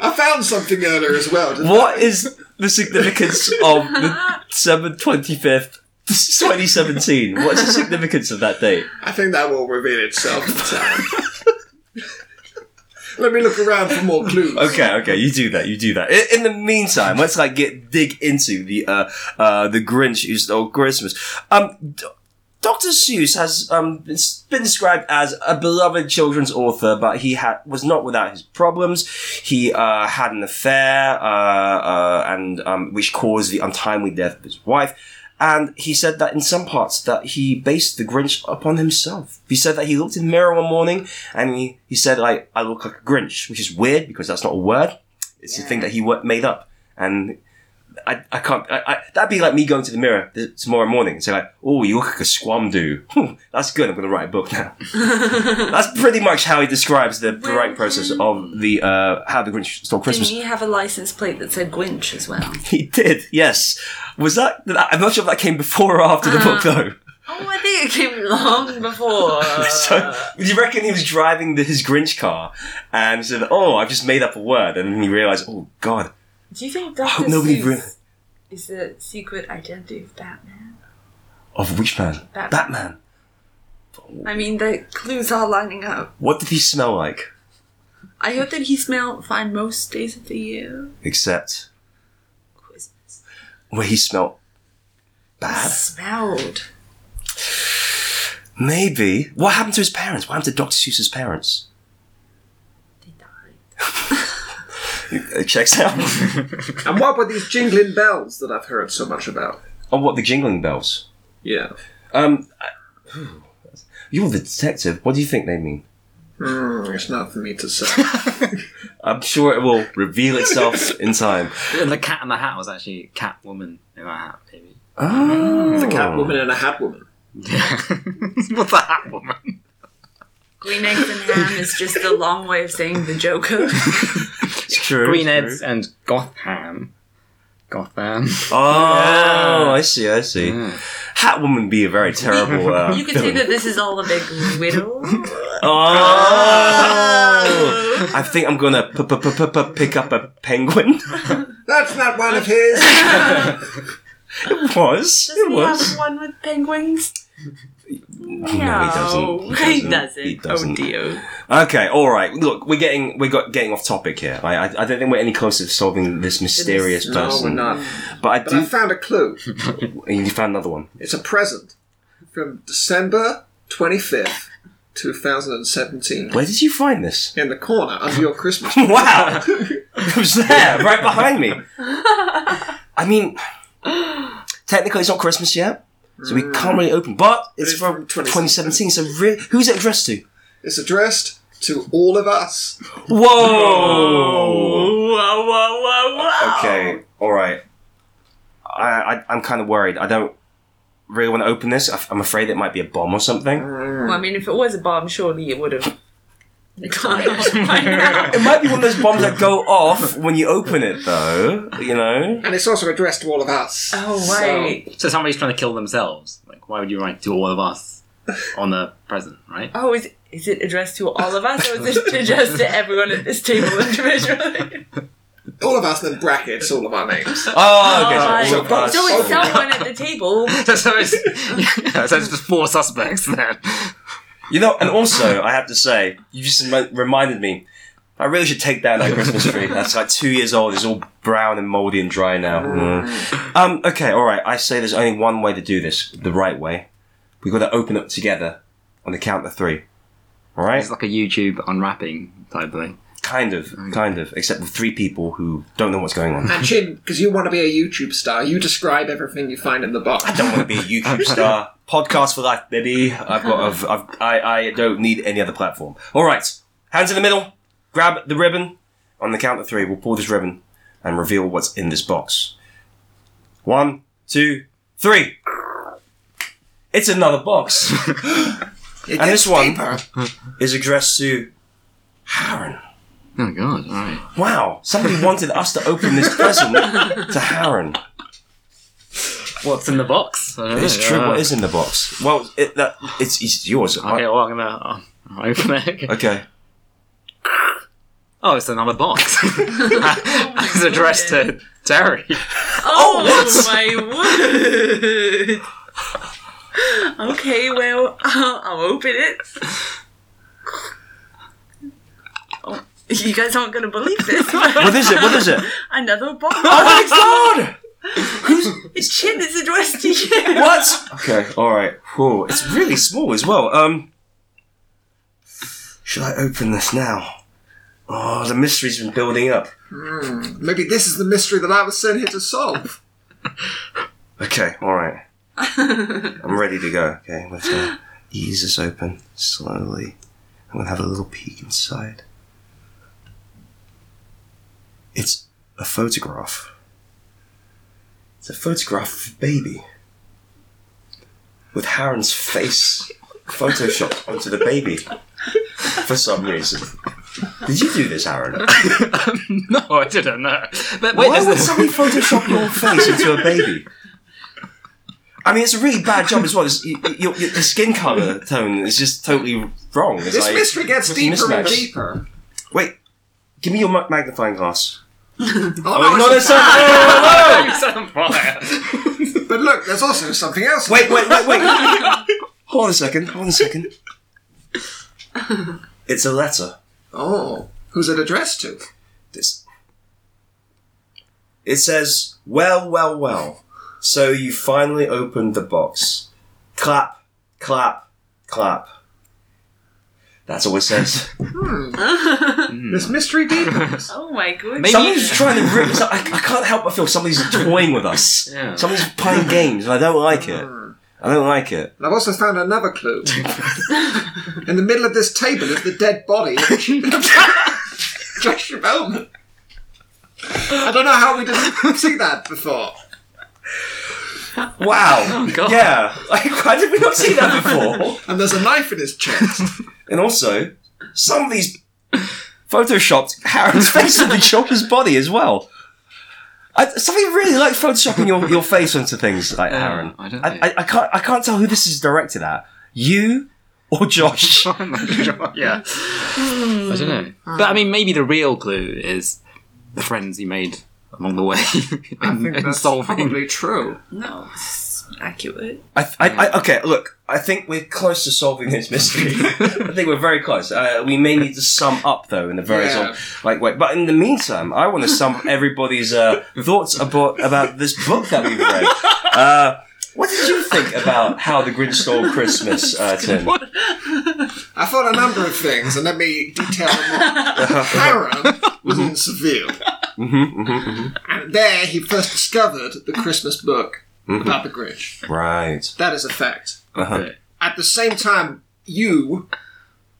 S3: I found something earlier as well. didn't
S1: What is the significance of the seven twenty fifth, 2017? What's the significance of that date?
S3: I think that will reveal itself in time. Let me look around for more clues.
S1: Okay, okay, you do that, you do that. In, in the meantime, let's like get dig into the uh, uh, the Grinch who stole Christmas. Um, D- Dr. Seuss has um, been been described as a beloved children's author, but he had was not without his problems. He uh, had an affair, uh, uh, and um, which caused the untimely death of his wife. And he said that in some parts that he based the Grinch upon himself. He said that he looked in the mirror one morning and he, he said, like, I look like a Grinch, which is weird because that's not a word. It's a thing that he wo- made up. And I, I can't, I, I, that'd be like me going to the mirror th- tomorrow morning and say like, oh, you look like a squamdo. Hmm, that's good. I'm going to write a book now. that's pretty much how he describes the writing process of the, uh, how the Grinch stole
S4: Didn't
S1: Christmas.
S4: he have a license plate that said Grinch as well?
S1: He did, yes. Was that, I'm not sure if that came before or after the book though.
S4: Oh, I think it came long before.
S1: So,
S4: Uh.
S1: do you reckon he was driving the, his Grinch car and said, "Oh, I've just made up a word," and then he realized, "Oh God,
S4: Do you think
S1: hope
S4: Doctor
S1: nobody
S4: Seuss
S1: re-
S4: is the secret identity of Batman?
S1: of which man?
S4: Batman.
S1: Batman.
S4: I mean, the clues are lining up.
S1: What did he smell like?
S4: I heard that he smelled fine most days of the year.
S1: Except
S4: Christmas.
S1: where he smelled bad.
S4: Smelled.
S1: Maybe. What happened to his parents? What happened to Doctor Seuss's parents?
S4: They died.
S1: It checks out.
S3: And what were these jingling bells that I've heard so much about?
S1: oh, what the jingling bells?
S3: Yeah.
S1: Um, I- you're the detective. What do you think they mean?
S3: Hmm, it's not for me to say.
S1: I'm sure it will reveal itself in time.
S2: And the cat in the hat was actually Catwoman in the hat, maybe.
S1: Oh.
S3: The Catwoman and a Hat Woman.
S2: What's a hat woman?
S4: Green eggs and ham is just a long way of saying the Joker.
S1: It's true.
S2: Green
S1: it's
S2: Eds
S1: true.
S2: and Gotham. Gotham.
S1: Oh, I see, I see.
S2: Yeah.
S1: Hat woman be a very terrible. Uh,
S4: You could say that this is all a big riddle.
S1: Oh, I think I'm gonna p- p- p- p- p- pick up a penguin.
S3: That's not one of his.
S1: It was.
S4: Does
S1: It
S4: he
S1: was.
S4: have one with penguins? No, he
S1: doesn't. He
S4: He
S1: doesn't.
S4: doesn't.
S1: He doesn't.
S4: Oh dear.
S1: Okay, all right. Look, we're getting we're got, getting off topic here. I, I I don't think we're any closer to solving this mysterious
S3: No, we're
S1: person.
S3: not.
S1: But I
S3: But I
S1: do.
S3: found a clue.
S1: and you found another one.
S3: It's a present from December 25th, 2017.
S1: Where did you find this?
S3: In the corner under your Christmas tree.
S1: Wow, it was there, right behind me. I mean, technically, it's not Christmas yet, so we can't really open. But it's
S3: It's
S1: from
S3: from
S1: 2017. So, re- who's it addressed to?
S3: It's addressed to all of us.
S1: Whoa.
S4: Wow! Wow! Wow! Wow!
S1: Okay. All right. I, I I'm kind of worried. I don't really want to open this. I, am afraid it might be a bomb or something.
S4: Well, I mean, if it was a bomb, surely it would have gone off by now.
S1: It might be one of those bombs that go off when you open it, though. You know.
S3: And it's also addressed to all of us.
S4: Oh
S3: So-
S4: right.
S2: So somebody's trying to kill themselves. Like, why would you write to all of us on the present, right?
S4: Oh, is is it addressed to all of us, or is it addressed to everyone at this table individually?
S3: All of us, then brackets, all of our names.
S1: Oh, okay.
S4: Right.
S1: so
S4: so
S1: all of us.
S4: it's someone at the table.
S2: so it's yeah, so it's just four suspects then.
S1: You know, and also I have to say, you just remi- reminded me. I really should take down that Christmas tree. That's like two years old. It's all brown and moldy and dry now. Mm. Um, okay, all right. I say there's only one way to do this, the right way. We've got to open it together on the count of three. All right.
S2: It's like a YouTube unwrapping type thing.
S1: Kind of, kind of, except with three people who don't know what's going on.
S3: And Chin, because you want to be a YouTube star, you describe everything you find in the box.
S1: I don't want to be a YouTube E star. Podcast for life, baby. I've got. I've, I've, I, I don't need any other platform. All right, hands in the middle. Grab the ribbon. On the count of three, we'll pull this ribbon and reveal what's in this box. One, two, three. It's another box. And
S3: It gets
S1: this one-
S3: deeper.
S1: Is addressed to Harren.
S2: Oh god, alright.
S1: Wow, somebody wanted us to open this present to Harren.
S2: What's in the box? I don't
S1: It's
S2: know,
S1: true.
S2: uh,
S1: What is in the box? Well, it, that, it's, it's yours.
S2: Okay, well, I'm gonna uh, I'll open it.
S1: okay.
S2: Oh, it's another box. it's addressed to Terry.
S4: Oh, my word! okay, well, I'll, I'll open it. Oh, you guys aren't going to believe this.
S1: What is it? What is it?
S4: Another box. Oh,
S1: Oh my god!
S4: it's chin is addressed to you.
S1: What? Okay, alright. Whoa, it's really small as well. Um Should I open this now? Oh, the mystery's been building up.
S3: Hmm, Maybe this is the mystery that I was sent here to solve.
S1: Okay, alright. I'm ready to go. Okay, let's uh, ease this open slowly. I'm gonna have a little peek inside. It's a photograph. It's a photograph of a baby. With Harren's face photoshopped onto the baby. For some reason. Did you do this, Harren?
S2: no, Oh, I didn't know. But wait,
S1: Why
S2: is
S1: would
S2: this
S1: somebody Photoshop your face into a baby? I mean, it's a really bad job as well. It's, you, you, you- the skin color tone is just totally wrong. It's
S3: This
S1: like-
S3: mystery gets
S1: it's
S3: deeper and
S1: mismatched.
S3: deeper.
S1: Wait, give me your ma- magnifying glass.
S3: Oh,
S1: Oh,
S3: no,
S1: no,
S3: it's-
S1: there's something.
S2: It's on fire.
S3: but look, there's also something else.
S1: Wait, wait, wait, wait. Hold on a second. Hold on a second. It's a letter.
S3: Oh, who's it addressed to?
S1: This. It says, "Well, well, well. So you finally opened the box. Clap, clap, clap." That's all it says.
S3: This mystery deepens.
S4: Oh my goodness.
S2: Maybe-
S1: Somebody's trying to rip. I, I can't help but feel somebody's toying with us.
S2: Yeah.
S1: Somebody's playing games, and I don't like it. I don't like it.
S3: and I've also found another clue. In the middle of this table is the dead body of Joshua Bellman. I don't know how we didn't see that before.
S1: Wow.
S2: Oh, God.
S1: Yeah. Like, why did we not see that before?
S3: And there's a knife in his chest.
S1: And also, somebody's photoshopped Harren's face onto Chopper's body as well. I, somebody really likes photoshopping your, your face onto things like
S2: Yeah,
S1: Harren.
S2: Uh, I don't
S1: I,
S2: know.
S1: I, I can't I can't tell who this is directed at. You or Josh?
S2: I'm not sure, yeah. I don't know. But I mean, maybe the real clue is the friends he made along the way in, in solving.
S3: probably true.
S4: No, it's accurate.
S1: I, I, I, okay, look. I think we're close to solving this mystery. I think we're very close. Uh, we may need to sum up though in a very
S3: Yeah.
S1: sort of, like way. But in the meantime, I want to sum everybody's uh, thoughts about about this book that we've read. Uh, what did you think about how the Grinch stole Christmas, uh, Tim?
S3: I thought a number of things, and let me detail them all. Hiram was in Seville. And there he first discovered the Christmas book about the Grinch.
S1: Right.
S3: That is a fact.
S1: Uh-huh.
S3: At the same time, you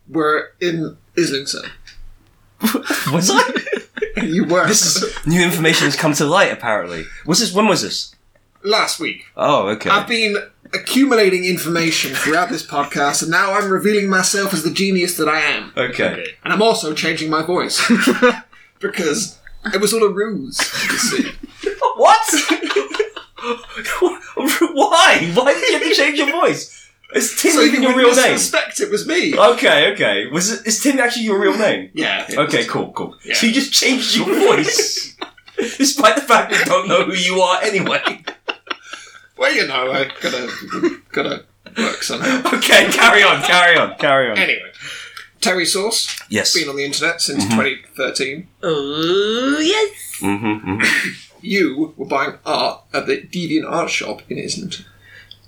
S3: were in Islington.
S1: Was I?
S3: You were
S1: This is new information has come to light. Apparently, was this? When was this?
S3: last week.
S1: Oh, okay.
S3: I've been accumulating information throughout this podcast, and now I'm revealing myself as the genius that I am.
S1: okay.
S3: And I'm also changing my voice. because it was all a ruse, you see.
S1: What? Why? Why did you have to change your voice? Is Tim even your
S3: would
S1: real name? Oh,
S3: Suspect it was me.
S1: Okay, okay. Was it, is Tim actually your real name?
S3: yeah. it
S1: Okay,
S3: was-
S1: cool, cool.
S3: Yeah.
S1: So you just changed your voice, despite the fact we don't know who you are anyway.
S3: Well, you know, I gotta gotta work somehow.
S1: Okay, carry on, carry on, carry on.
S3: Anyway, Terry Source
S1: Yes.
S3: been on the internet since
S1: Mm-hmm.
S3: 2013.
S4: Oh, yes.
S3: You were buying art at the Deviant Art Shop in Islington.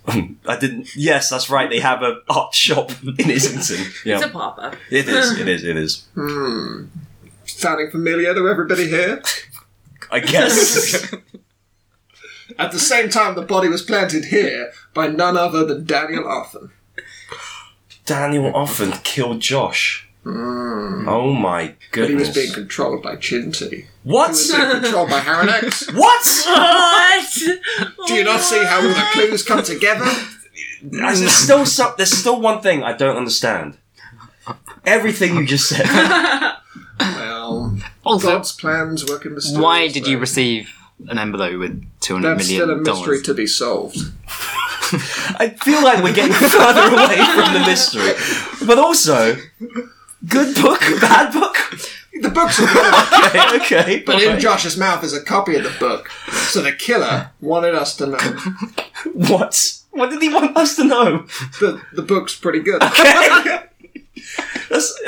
S1: I didn't. Yes, that's right. They have an art shop in Islington.
S4: It's
S1: Yeah,
S4: a pop up.
S1: it is. It is. It is.
S3: sounding familiar to everybody here?
S1: I guess.
S3: At the same time, the body was planted here by none other than Daniel Arthur.
S1: Daniel often killed Josh. Oh my
S3: Hmm. But he
S1: goodness.
S3: was being controlled by Chinty. He
S1: what?
S3: was being controlled by Haranex.
S1: what?
S4: What?
S3: Do you not see how all the clues come together?
S1: There's still some, there's still one thing I don't understand. Everything you just said.
S3: Well,
S2: Also,
S3: God's plans work in mystery.
S2: why did you receive an envelope with two hundred
S3: That's still a
S2: million
S3: mystery
S2: dollars?
S3: to be solved.
S1: I feel like we're getting further away from the mystery. But also, good book, bad book.
S3: The book's a book,
S1: Okay, okay.
S3: but in Josh's mouth is a copy of the book. So the killer wanted us to know.
S1: what? What did he want us to know?
S3: The, the book's pretty good.
S1: That's,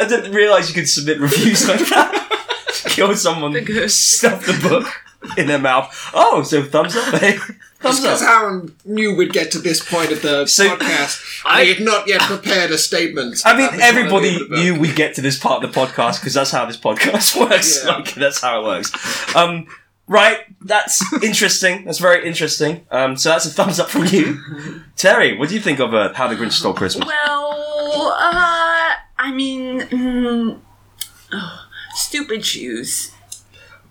S1: I didn't realize you could submit reviews like that. Kill someone, stuff the book in their mouth. Oh, so thumbs up, eh? Thumbs
S3: Because
S1: up.
S3: Aaron knew we'd get to this point of the
S1: So-
S3: podcast, and he had not yet prepared a statement.
S1: I mean,
S3: about the quality
S1: everybody
S3: of the book.
S1: knew we'd get to this part of the podcast because that's how this podcast works.
S3: Yeah.
S1: Like, that's how it works. Um, right, that's interesting. That's very interesting. Um, so that's a thumbs up from you. Terry, what do you think of uh, How the Grinch Stole Christmas?
S4: Well, uh, I mean, mm, oh, stupid shoes.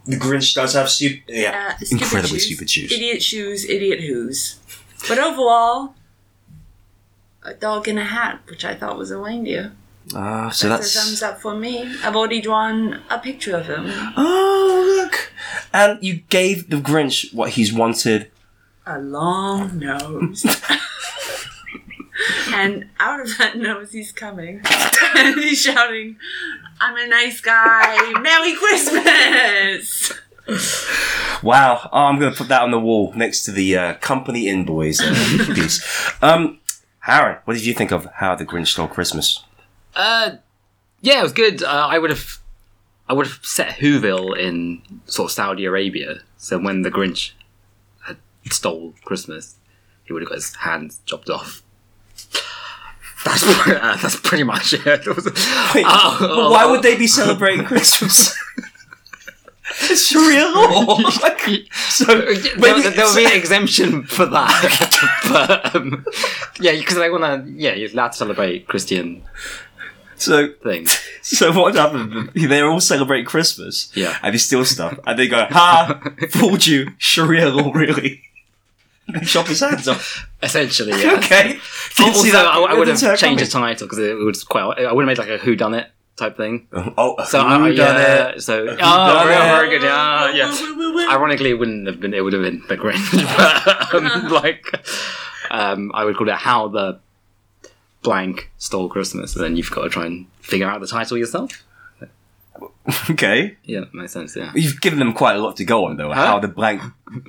S1: The Grinch does have stupid. Yeah.
S4: Uh, stupid
S1: Incredibly
S4: shoes,
S1: stupid shoes.
S4: Idiot shoes, idiot who's. But overall, a dog in a hat, which I thought was a reindeer.
S1: Ah, so
S4: That's a thumbs up for me. I've already drawn a picture of him.
S1: Oh, look. And you gave the Grinch what he's wanted.
S4: A long nose. and out of that nose, he's coming. and he's shouting, I'm a nice guy. Merry Christmas!
S1: Wow. Oh, I'm going to put that on the wall next to the uh, company invoice uh, piece. Um, Aaron, what did you think of How the Grinch Stole Christmas?
S2: Uh, yeah, it was good. Uh, I would have, I would have set Whoville in sort of Saudi Arabia. So when the Grinch had stole Christmas, he would have got his hands chopped off. That's pre- uh, that's pretty much it. It was-
S1: Wait,
S2: Oh, oh,
S1: why
S2: oh.
S1: would they be celebrating Christmas? it's Sharia law. Like, so
S2: there,
S1: maybe
S2: there, will be an exemption for that, but um, yeah, because they want to. Yeah, you're allowed to celebrate Christian
S1: so
S2: things.
S1: so what happened? They're all celebrating Christmas.
S2: Yeah.
S1: and they steal stuff, and they go, "Ha! Fooled you, Sharia law, really." They Chop his hands off.
S2: Essentially, yeah.
S1: Okay. Didn't
S2: also,
S1: see that.
S2: I, I
S1: didn't
S2: would have
S1: see that
S2: changed the title because it was quite. I would have made like a who done it type thing.
S1: coming. Oh,
S2: So I, I-
S1: who done
S2: yeah,
S1: it?
S2: So oh,
S1: done
S2: very,
S1: it?
S2: very good. Yeah, Uh, yes. Ironically, it wouldn't have been. It would have been the Grinch. But,
S1: Uh-huh.
S2: um, like, um, I would call it how the blank stole Christmas, and then you've got to try and figure out the title yourself.
S1: Okay,
S2: Yeah, that makes sense. Yeah.
S1: you've given them quite a lot to go on, though. How the blank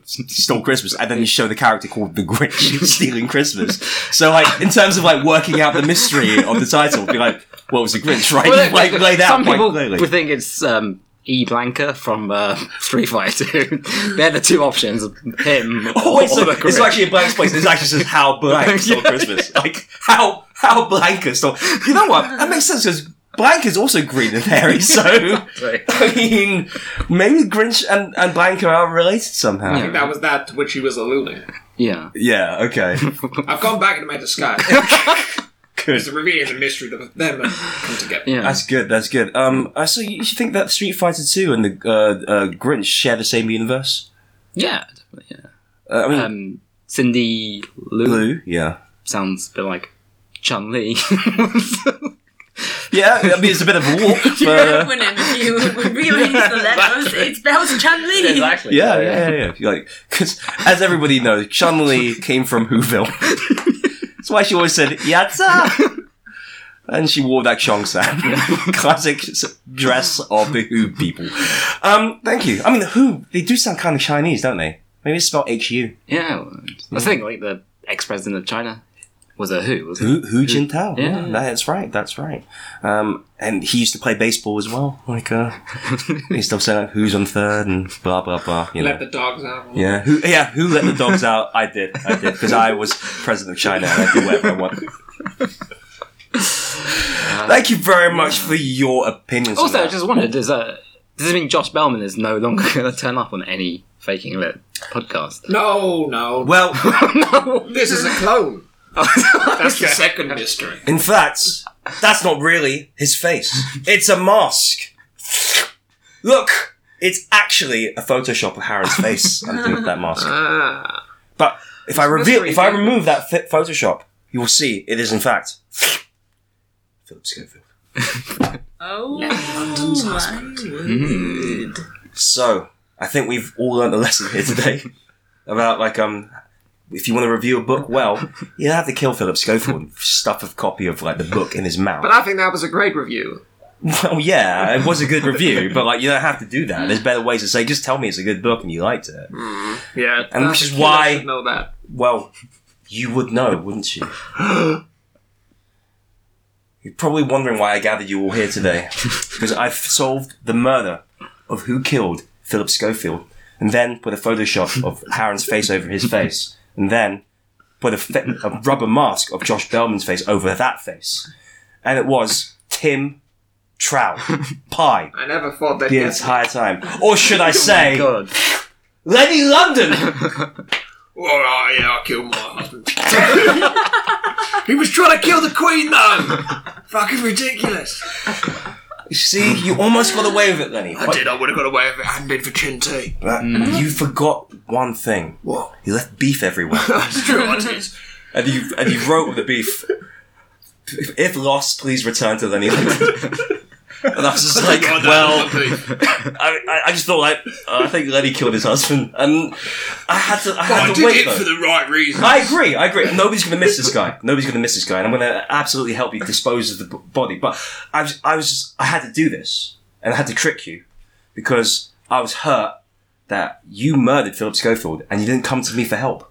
S1: stole Christmas, and then you show the character called the Grinch stealing Christmas. So, like, in terms of like working out the mystery of the title, be like, "What was the Grinch?" Right?
S2: Well, look,
S1: like,
S2: look,
S1: laid out
S2: some
S1: quite
S2: people
S1: clearly.
S2: would think it's um, E Blanca from uh, Street Fighter. They're the two options: him
S1: Oh,
S2: or
S1: wait, so
S2: the
S1: it's
S2: Grinch.
S1: actually a blank space. It's actually says how blank stole
S2: Yeah.
S1: Christmas. Like how how blank is stole. You know what? That makes sense because blank is also green and hairy. So I mean, maybe Grinch and and blank are related somehow.
S2: Yeah.
S1: Yeah.
S3: That was that to which he was alluding.
S2: Yeah.
S1: okay.
S3: I've gone back into my disguise.
S1: Good.
S3: It's revealing the mystery that them come together.
S2: Yeah.
S1: That's good. That's good. Um, uh, so you you think that Street Fighter Two and the uh, uh, Grinch share the same universe?
S2: yeah, definitely. Yeah.
S1: Uh, I mean,
S2: Um, Cindy Lou,
S1: Blue. Yeah.
S2: sounds a bit like Chun Li.
S1: Yeah. I mean, it's a bit of a walk, but. uh,
S4: acronym if you rearrange the letters. It spells Chun Li.
S1: Yeah, yeah, yeah. yeah. Like, because as everybody knows, Chun Li came from Whoville. That's why she always said
S2: Ah!
S1: Yatza. And she wore that Chongsan classic s- dress of the Who people. Um, thank you. I mean, the Who they do sound kind of Chinese, don't they? Maybe it's spelled H U.
S2: Yeah, well, I think like the ex president of China was a who, wasn't
S1: Hu Hu Jintao. Yeah,
S2: Yeah.
S1: that's right. That's right. Um, and he used to play baseball as well. Like, uh, he still said like, "Who's on third and blah blah blah. You know.
S3: Let the dogs out.
S1: Yeah, who, yeah, who let the dogs out? I did, I did, because I was president of China and I do whatever I want. Thank you very much for your opinions. on
S2: Also, I
S1: that.
S2: just wondered, is that Does this mean Josh Bellman is no longer going to turn up on any Faking Lit podcast?
S3: No, no.
S1: Well,
S2: no.
S3: this is a clone. That's the
S2: Okay.
S3: second mystery.
S1: in fact, that's not really his face. It's a mask. Look, it's actually a Photoshop of Harren's face underneath that mask.
S3: Ah.
S1: But if I reveal,
S2: mystery
S1: if I
S2: thing.
S1: remove that fi- Photoshop, you will see it is in fact Philip Schofield.
S4: Oh,
S3: London's
S4: my
S3: husband.
S4: word.
S1: So I think we've all learned a lesson here today about like um. If you want to review a book well, you have to kill Philip Schofield and stuff a copy of like the book in his mouth.
S3: But I think that was a great review.
S1: well, Oh, yeah, it was a good review, but like you don't have to do that. There's better ways to say. Just tell me it's a good book and you liked it.
S3: Yeah,
S1: And
S3: I
S1: which is
S3: think you
S1: why-
S3: should know that.
S1: Well, you would know, wouldn't you? You're probably wondering why I gathered you all here today. Because I've solved the murder of who killed Philip Schofield, and then put a Photoshop of Harren's face over his face, and then put a, fa- a rubber mask of Josh Bellman's face over that face. And it was Tim Trout. Pie.
S3: I never thought that.
S1: The
S3: Yes.
S1: entire time. Or should
S3: Oh
S1: I say,
S2: God.
S1: Lenny London!
S3: Well, oh, yeah, I killed my husband. he was trying to kill the queen, man. Fucking ridiculous.
S1: See, you almost got away with it, Lenny.
S3: I did. I would have got away with it. And did for Chin Tea.
S1: But you forgot one thing.
S3: What?
S1: You left beef everywhere.
S3: That's true. I did.
S1: and you and you wrote with the beef. If lost, please return to Lenny London. and I was just like,
S3: God, that
S1: well,
S3: was lovely.
S1: I, I- I just thought like uh, I think Lenny killed his husband, and I had to I had
S3: I
S1: to
S3: did
S1: wait
S3: it
S1: though.
S3: for the right reason.
S1: I agree, I agree. Nobody's gonna miss this guy. Nobody's gonna miss this guy, and I'm gonna absolutely help you dispose of the b- body. But I was, I was, just, I had to do this, and I had to trick you because I was hurt that you murdered Philip Schofield, and you didn't come to me for help.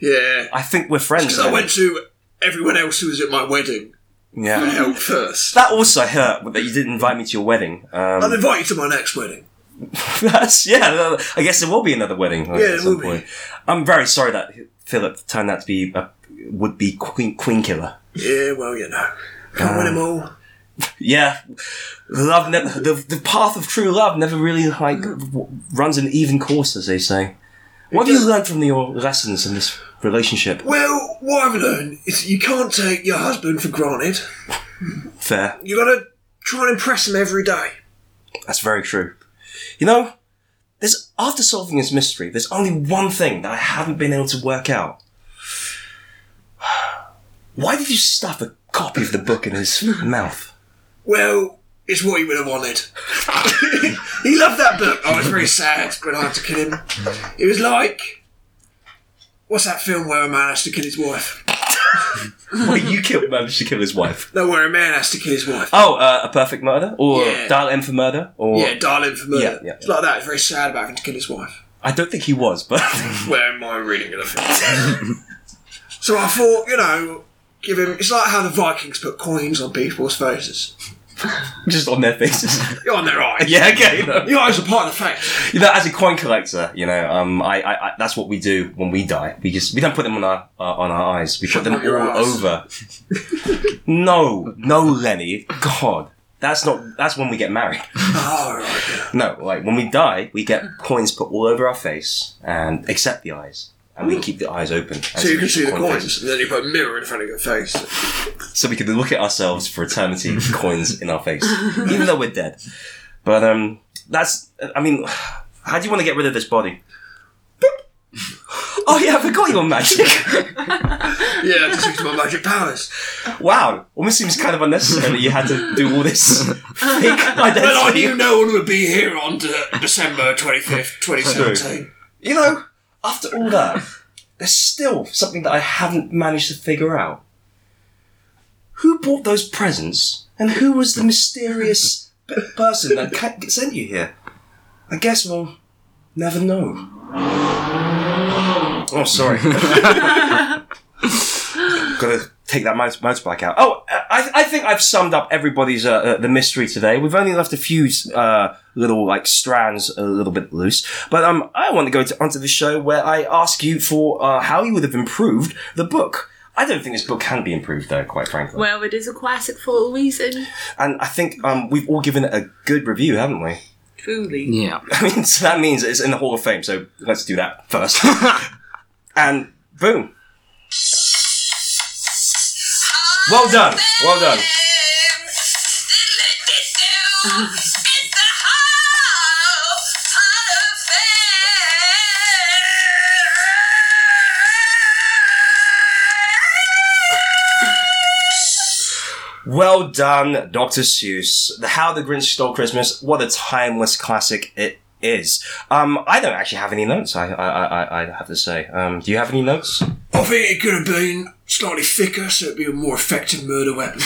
S3: Yeah.
S1: I think we're friends.
S3: Because I
S1: Lenny.
S3: went to everyone else who was at my wedding
S1: yeah.
S3: help first.
S1: That also hurt that you didn't invite me to your wedding. Um,
S3: I'll invite you to my next wedding.
S1: that's yeah. I guess there will be another wedding. like,
S3: Yeah,
S1: at
S3: there
S1: some
S3: will be.
S1: point. I'm very sorry that Philip turned out to be a would be queen queen killer.
S3: Yeah, well, you know. Can't win 'em all.
S1: Yeah, love ne- the the path of true love never really like w- runs an even course, as they say. What have you learned from your lessons in this relationship?
S3: Well, what I've learned is you can't take your husband for granted.
S1: Fair.
S3: You gotta try and impress him every day.
S1: That's very true. You know, there's after solving this mystery, there's only one thing that I haven't been able to work out. Why did you stuff a copy of the book in his mouth?
S3: Well, it's what he would have wanted. he loved that book. I was very sad when I had to kill him. It was like. What's that film where a man has to kill his wife?
S1: Wait, you killed managed to kill his wife.
S3: No, where a man has to kill his wife.
S1: Oh, uh, a perfect murder, or
S3: Yeah.
S1: dial M for murder, or
S3: Yeah, darling for murder.
S1: Yeah, yeah,
S3: It's like that. It's very sad about having to kill his wife.
S1: I don't think he was, but
S3: where am I reading it? so I thought, you know, give him. It's like how the Vikings put coins on people's faces.
S1: just on their faces.
S3: You're on their eyes.
S1: yeah, okay. no.
S3: Your eyes are part of the face.
S1: You know, as a coin collector, you know, um, I, I, I that's what we do when we die. We just we don't put them on our uh, on our eyes. We put them
S3: on your
S1: all
S3: eyes.
S1: over. no, no, Lenny, God, that's not that's when we get married.
S3: Oh, right, yeah.
S1: No, like when we die, we get coins put all over our face and except the eyes. And we keep the eyes open. And
S3: So you can
S1: we
S3: see the
S1: coin
S3: coins,
S1: faces.
S3: and then you put a mirror in front of your face.
S1: So we can look at ourselves for eternity, with coins in our face, even though we're dead. But um, that's. I mean, how do you want to get rid of this body? Boop. Oh yeah, I forgot you were magic.
S3: Yeah, just use my magic powers.
S1: Wow, almost seems kind of unnecessary that you had to do all this fake
S3: Well, I
S1: identity.
S3: knew no one would be here on de- December 25th, 2017.
S1: You know, after all that, there's still something that I haven't managed to figure out. Who bought those presents, and who was the mysterious p- person that ca- sent you here? I guess we'll never know. Oh, sorry. Gotta take that motor- motorbike out. Oh, I, I think I've summed up everybody's uh, uh, the mystery today. We've only left a few uh, little like strands a little bit loose, but um, I want to go to, onto the show where I ask you for uh, how you would have improved the book. I don't think this book can be improved, though, quite frankly.
S4: Well, it is a classic for a reason.
S1: and I think um, we've all given it a good review, haven't we?
S4: Truly.
S2: Yeah.
S1: I mean, so that means it's in the Hall of Fame. So let's do that first. and boom. Well done. Ah, Well done. Well done, Dr. Seuss. The How the Grinch Stole Christmas. What a timeless classic it is. Um, I don't actually have any notes. I I I, I have to say. Um, do you have any notes?
S3: I think it could have been slightly thicker, so it'd be a more effective murder weapon.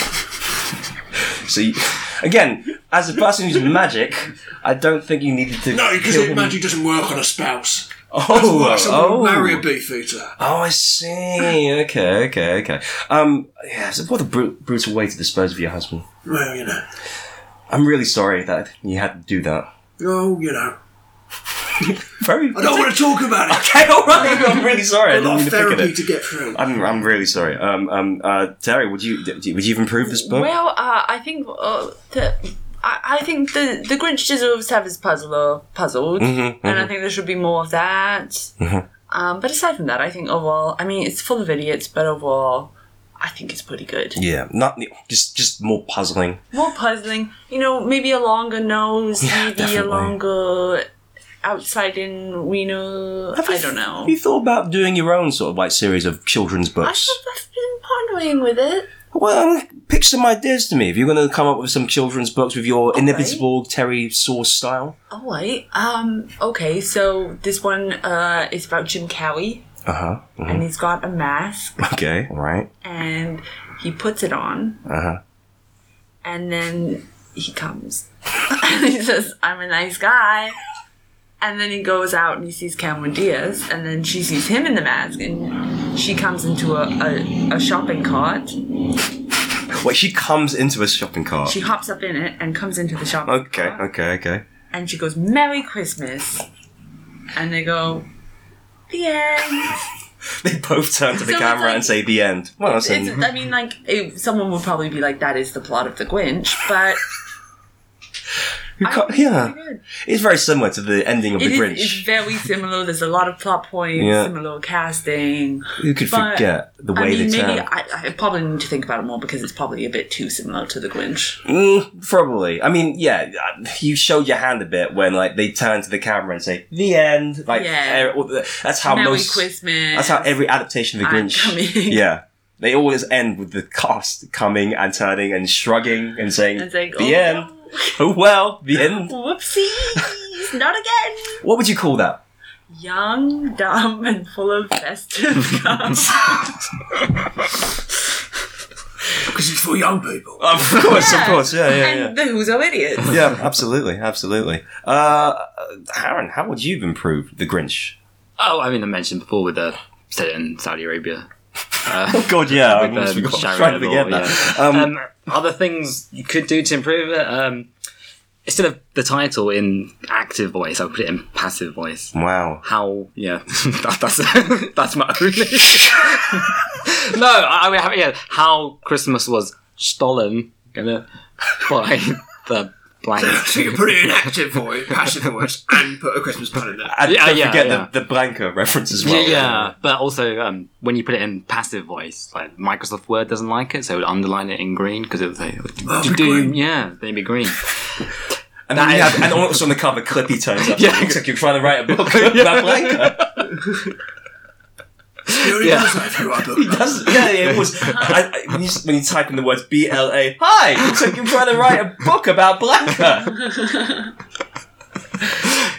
S1: So you, again, as a person who's magic, I don't think you needed to.
S3: No, because
S1: kill
S3: it
S1: him.
S3: magic doesn't work on a spouse.
S1: Oh,
S3: Like someone would marry a
S1: oh,
S3: beefeater.
S1: oh, I see. Okay, okay, okay. Um, yeah. So what a bru- brutal way to dispose of your husband.
S3: Well, you know.
S1: I'm really sorry that you had to do that.
S3: Oh, you know.
S1: Very.
S3: I don't want to talk about it.
S1: Okay, all right. I'm really sorry. I
S3: A
S1: didn't
S3: lot
S1: mean
S3: of
S1: to pick at
S3: therapy
S1: it.
S3: to get through.
S1: I'm, I'm really sorry. Um, um, uh, Terry, would you d- would you have improved this book?
S4: Well, uh, I think uh, the, I, I think the the Grinch deserves to have his puzzler puzzled,
S1: Mm-hmm,
S4: and I think there should be more of that. Um, but aside from that, I think overall, I mean, it's full of idiots, but overall, I think it's pretty good.
S1: yeah, not just just more puzzling.
S4: More puzzling, you know, maybe a longer nose,
S1: Yeah,
S4: maybe
S1: definitely.
S4: a longer outside in wiener. I don't know.
S1: Have you thought about doing your own sort of like series of children's
S4: I
S1: books?
S4: should have been pondering with it.
S1: Well, um, pitch some ideas to me. If you're going to come up with some children's books with your inevitable Terry Sauce style.
S4: All right. Um. Okay. So this one uh is about Jim Cowie.
S1: Uh
S3: Uh-huh.
S1: huh.
S4: and he's got a mask
S1: Okay. All right.
S4: and he puts it on
S1: Uh huh.
S4: and then he comes and he says i'm a nice guy and then he goes out and he sees cameron diaz and then she sees him in the mask and she comes into a, a, a shopping cart
S1: Wait, she comes into a shopping cart.
S4: she hops up in it and comes into the shopping
S1: okay.
S4: cart
S1: Okay. Okay.
S4: and she goes merry christmas and they go the end
S1: They both turn to the
S4: So it's
S1: camera
S4: like-
S1: and say the end. Well, that's
S4: it's,
S1: an-
S4: i mean like it, someone would probably be like that is the plot of the grinch but
S1: who
S4: I
S1: ca-
S4: think it's
S1: yeah.
S4: pretty good.
S1: It's very similar to the ending of
S4: It
S1: The
S4: is
S1: Grinch.
S4: it's very similar. There's a lot of plot points,
S1: Yeah.
S4: similar casting.
S1: Who could
S4: but,
S1: forget the way
S4: I mean,
S1: they
S4: maybe
S1: turn?
S4: I, I probably need to think about it more because it's probably a bit too similar to the Grinch.
S1: Mm, probably. I mean, yeah, uh, you showed your hand a bit when like they turn to the camera and say the end. Like, eh,
S4: Yeah.
S1: all the- that's how
S4: Merry
S1: most.
S4: Christmas.
S1: That's how every adaptation of the
S4: I'm
S1: Grinch.
S4: coming.
S1: Yeah. They always end with the cast coming and turning and shrugging and saying,
S4: And saying,
S1: the
S4: "Oh,
S1: end. Oh well, the end.
S4: no. Whoopsies! Not again.
S1: What would you call that?
S4: Young, dumb, and full of festive cum.
S3: Because it's for young people.
S1: Of course,
S4: Yeah.
S1: of course, yeah, yeah, yeah.
S4: and the Who's All Idiots.
S1: yeah, absolutely, absolutely. Uh, Aaron, how would you have improved the Grinch?
S2: Oh, I mean, I mentioned before with the set in Saudi Arabia.
S1: Oh God, yeah, I almost
S2: um,
S1: forgot.
S2: Sharon
S1: Trying to
S2: Neville,
S1: forget that.
S2: yeah.
S1: Um,
S2: Um, other things you could do to improve it. Um, instead of the title in active voice, I would put it in passive voice.
S1: wow.
S2: How? Yeah, that, that's that's my only. no, I I mean, I haven't- yeah, how Christmas was stolen gonna by the blank.
S3: So you put it in active voice, passive voice, and put a Christmas pun in there.
S1: And
S2: Yeah,
S1: don't
S2: yeah,
S1: forget
S2: yeah.
S1: The, the Blanca reference as
S2: Yeah,
S1: well.
S2: yeah, but also um, when you put it in passive voice, like Microsoft Word doesn't like it, so it would underline it in green because it would say,
S3: Oh, it'd be
S2: "Do-do-do."
S3: green.
S2: yeah, then it'd be green.
S1: And, then
S2: That
S1: you
S2: is-
S1: have, and also on the cover, Clippy turns up.
S2: Yeah.
S1: Looks like you're trying to write a book about Blanca.
S3: You only
S2: Yeah.
S3: does that if you are book lovers.
S1: That's- yeah, yeah, it was. I, I, when, you, when you type in the words B L A, hi, looks like you're trying to write a book about Blanca.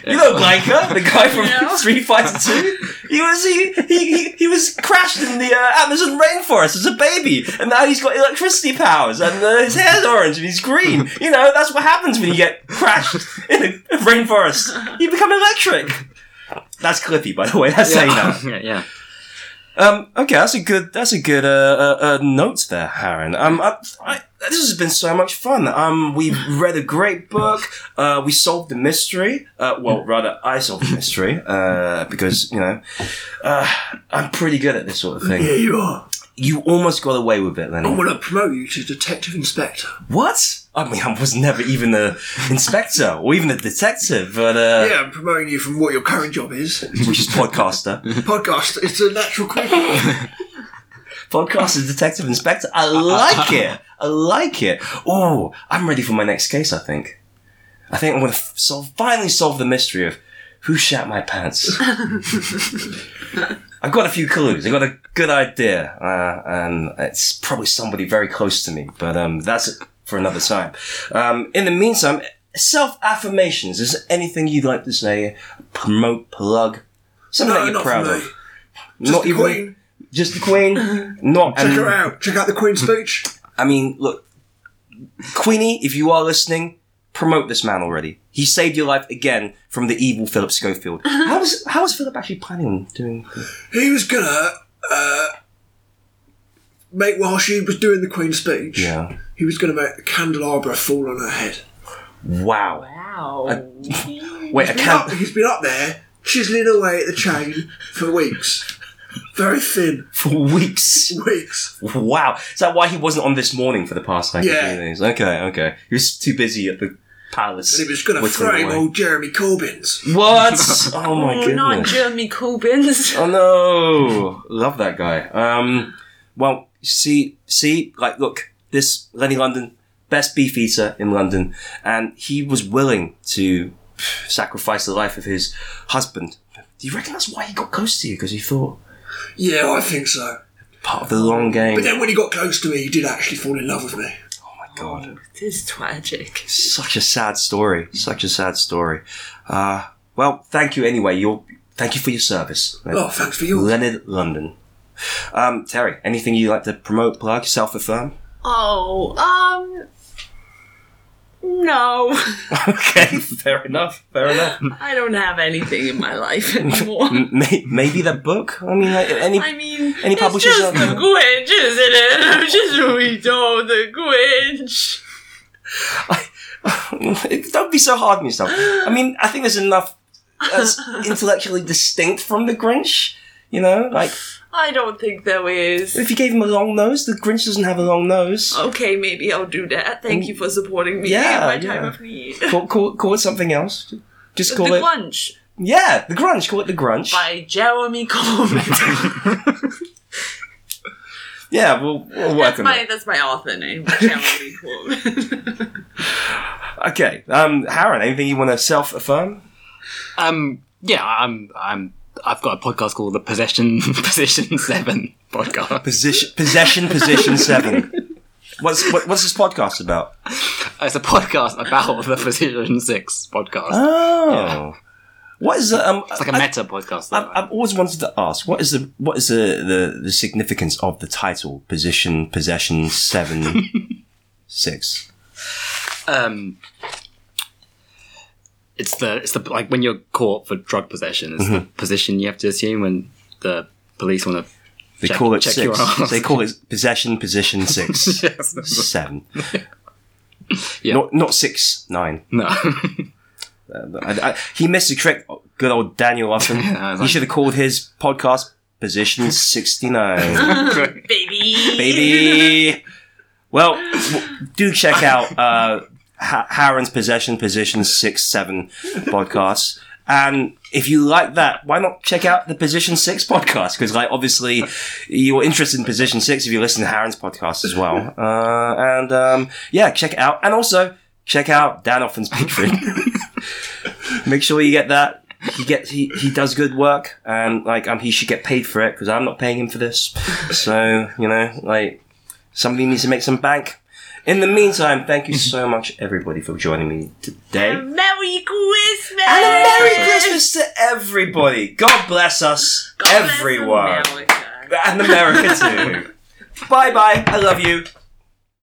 S1: You know Blanca, the guy from
S4: Yeah.
S1: Street Fighter Two. He was he, he, he, he was crashed in the uh, Amazon rainforest as a baby, and now he's got electricity powers, and uh, his hair's orange and he's green. You know that's what happens when you get crashed in a rainforest. You become electric. That's Clippy, by the way. That's saying that.
S2: yeah, yeah.
S1: Um, okay, that's a good that's a good uh, uh, uh, note there, Harren. Um, I, I, this has been so much fun. Um, we read a great book. Uh, we solved the mystery. Uh, well, rather, I solved the mystery uh, because you know uh, I'm pretty good at this sort of
S3: Yeah,
S1: thing.
S3: you are.
S1: You almost got away with it,
S3: I
S1: Lenny.
S3: want to promote you to detective inspector.
S1: What? I mean, I was never even a inspector or even a detective, but uh,
S3: Yeah, I'm promoting you from what your current job is.
S1: which is podcaster.
S3: Podcast. It's a natural quick.
S1: Podcaster, detective, inspector. I like it. I like it. Oh, I'm ready for my next case. I think. I think I'm going to solve finally solve the mystery of who shat my pants. I've got a few clues. I've got a good idea, uh, and it's probably somebody very close to me. But um, that's it for another time. Um, in the meantime, self affirmations. Is there anything you'd like to say? Promote, plug, something
S3: No,
S1: that you're
S3: not
S1: proud
S3: for
S1: of.
S3: me. Just the
S1: even-
S3: Queen.
S1: just the Queen. Not
S3: Check
S1: and-
S3: her out. Check out the Queen's speech.
S1: I mean, look, Queenie, if you are listening, promote this man already. He saved your life again from the evil Philip Schofield. How was how was Philip actually planning on doing?
S3: He was gonna uh, make while she was doing the Queen's speech.
S1: Yeah.
S3: He was gonna make a candelabra fall on her head.
S1: Wow.
S4: Wow.
S1: Wait, I
S3: He's been up-
S1: can't.
S3: he's been up there chiseling away at the chain for weeks. Very thin.
S1: For weeks.
S3: Weeks.
S1: Wow. Is that why he wasn't on this morning for the past like
S3: Yeah.
S1: few days? Okay, okay. He was too busy at the palace.
S3: And he was gonna
S1: whittling
S3: frame
S1: away.
S3: old Jeremy Corbyn's.
S1: What? Oh my
S4: oh,
S1: goodness.
S4: not Jeremy Corbyn's.
S1: Oh no! Love that guy. Um, well, see, see, like, look, this Lenny London, best beef eater in London, and he was willing to sacrifice the life of his husband. Do you reckon that's why he got close to you? Because he thought
S3: Yeah, I think so.
S1: part of the long game.
S3: But then when he got close to me, he did actually fall in love with me.
S1: oh my god!
S4: It is tragic.
S1: Such a sad story. Such a sad story. Uh, well, thank you anyway. You're thank you for your service.
S3: Oh, thanks for yours.
S1: Leonard London. Um, Terry, anything you like to promote, plug, self affirm?
S4: Oh, um. No,
S1: Okay, fair enough. Fair enough.
S4: I don't have anything in my life anymore.
S1: May- maybe the book. I mean, like, any.
S4: I mean,
S1: Any
S4: it's
S1: publishers
S4: just
S1: out
S4: the
S1: there?
S4: Grinch, isn't it? I'm just we know the Grinch.
S1: don't be so hard on yourself. I mean, I think there's enough that's intellectually distinct from the Grinch. You know, like
S4: I don't think there is.
S1: if you gave him a long nose, the Grinch doesn't have a long nose.
S4: Okay, maybe I'll do that. Thank you for supporting me
S1: Yeah,
S4: in my time
S1: yeah.
S4: of need.
S1: Call, call, call it something else. Just call
S4: the
S1: it.
S4: Grinch
S1: Yeah, the Grunge. Call it the Grunge.
S4: by Jeremy Corbyn.
S1: Yeah, we'll, we'll work
S4: that's
S1: on
S4: my
S1: it.
S4: that's my author name, Jeremy Corbyn.
S1: Okay, um, Haran, anything you want to self affirm?
S2: Um, yeah, I'm, I'm, I've got a podcast called the Possession Possession Seven podcast.
S1: Position, possession, position seven. What's what, what's this podcast about?
S2: It's a podcast about the Possession Six podcast.
S1: Oh, what is the? Um,
S2: it's like a meta podcast.
S1: I've, I've always wanted to ask what is the what is the, the, the significance of the title position possession seven six?
S2: um, it's the it's the like when you're caught for drug possession, it's the position you have to assume when the police want to.
S1: They
S2: Check-
S1: call it
S2: check your
S1: six.
S2: arms.
S1: They call it possession position six seven.
S2: Yeah.
S1: Not not six nine.
S2: No,
S1: I, I, he missed the trick. Good old Daniel Upton.
S2: I was
S1: he
S2: like-
S1: should have called his podcast position sixty nine.
S4: Baby.
S1: baby. well, w- do check out uh, ha- Haran's Possession Position Six Seven podcast. And if you like that, why not check out the Position Six podcast? Because, like, obviously, you're interested in Position Six if you listen to Haran's podcast as well. Uh, and um, yeah, check it out. And also check out Dan Offen's Patreon. Make sure you get that. He gets he, he does good work, and like um, he should get paid for it because I'm not paying him for this. So, you know, like, somebody needs to make some bank. In the meantime, thank you so much, everybody, for joining me today. And
S4: Merry Christmas.
S1: a Merry Christmas to everybody. God bless us,
S4: God bless
S1: everyone.
S4: America.
S1: And America, too. bye bye. I love you.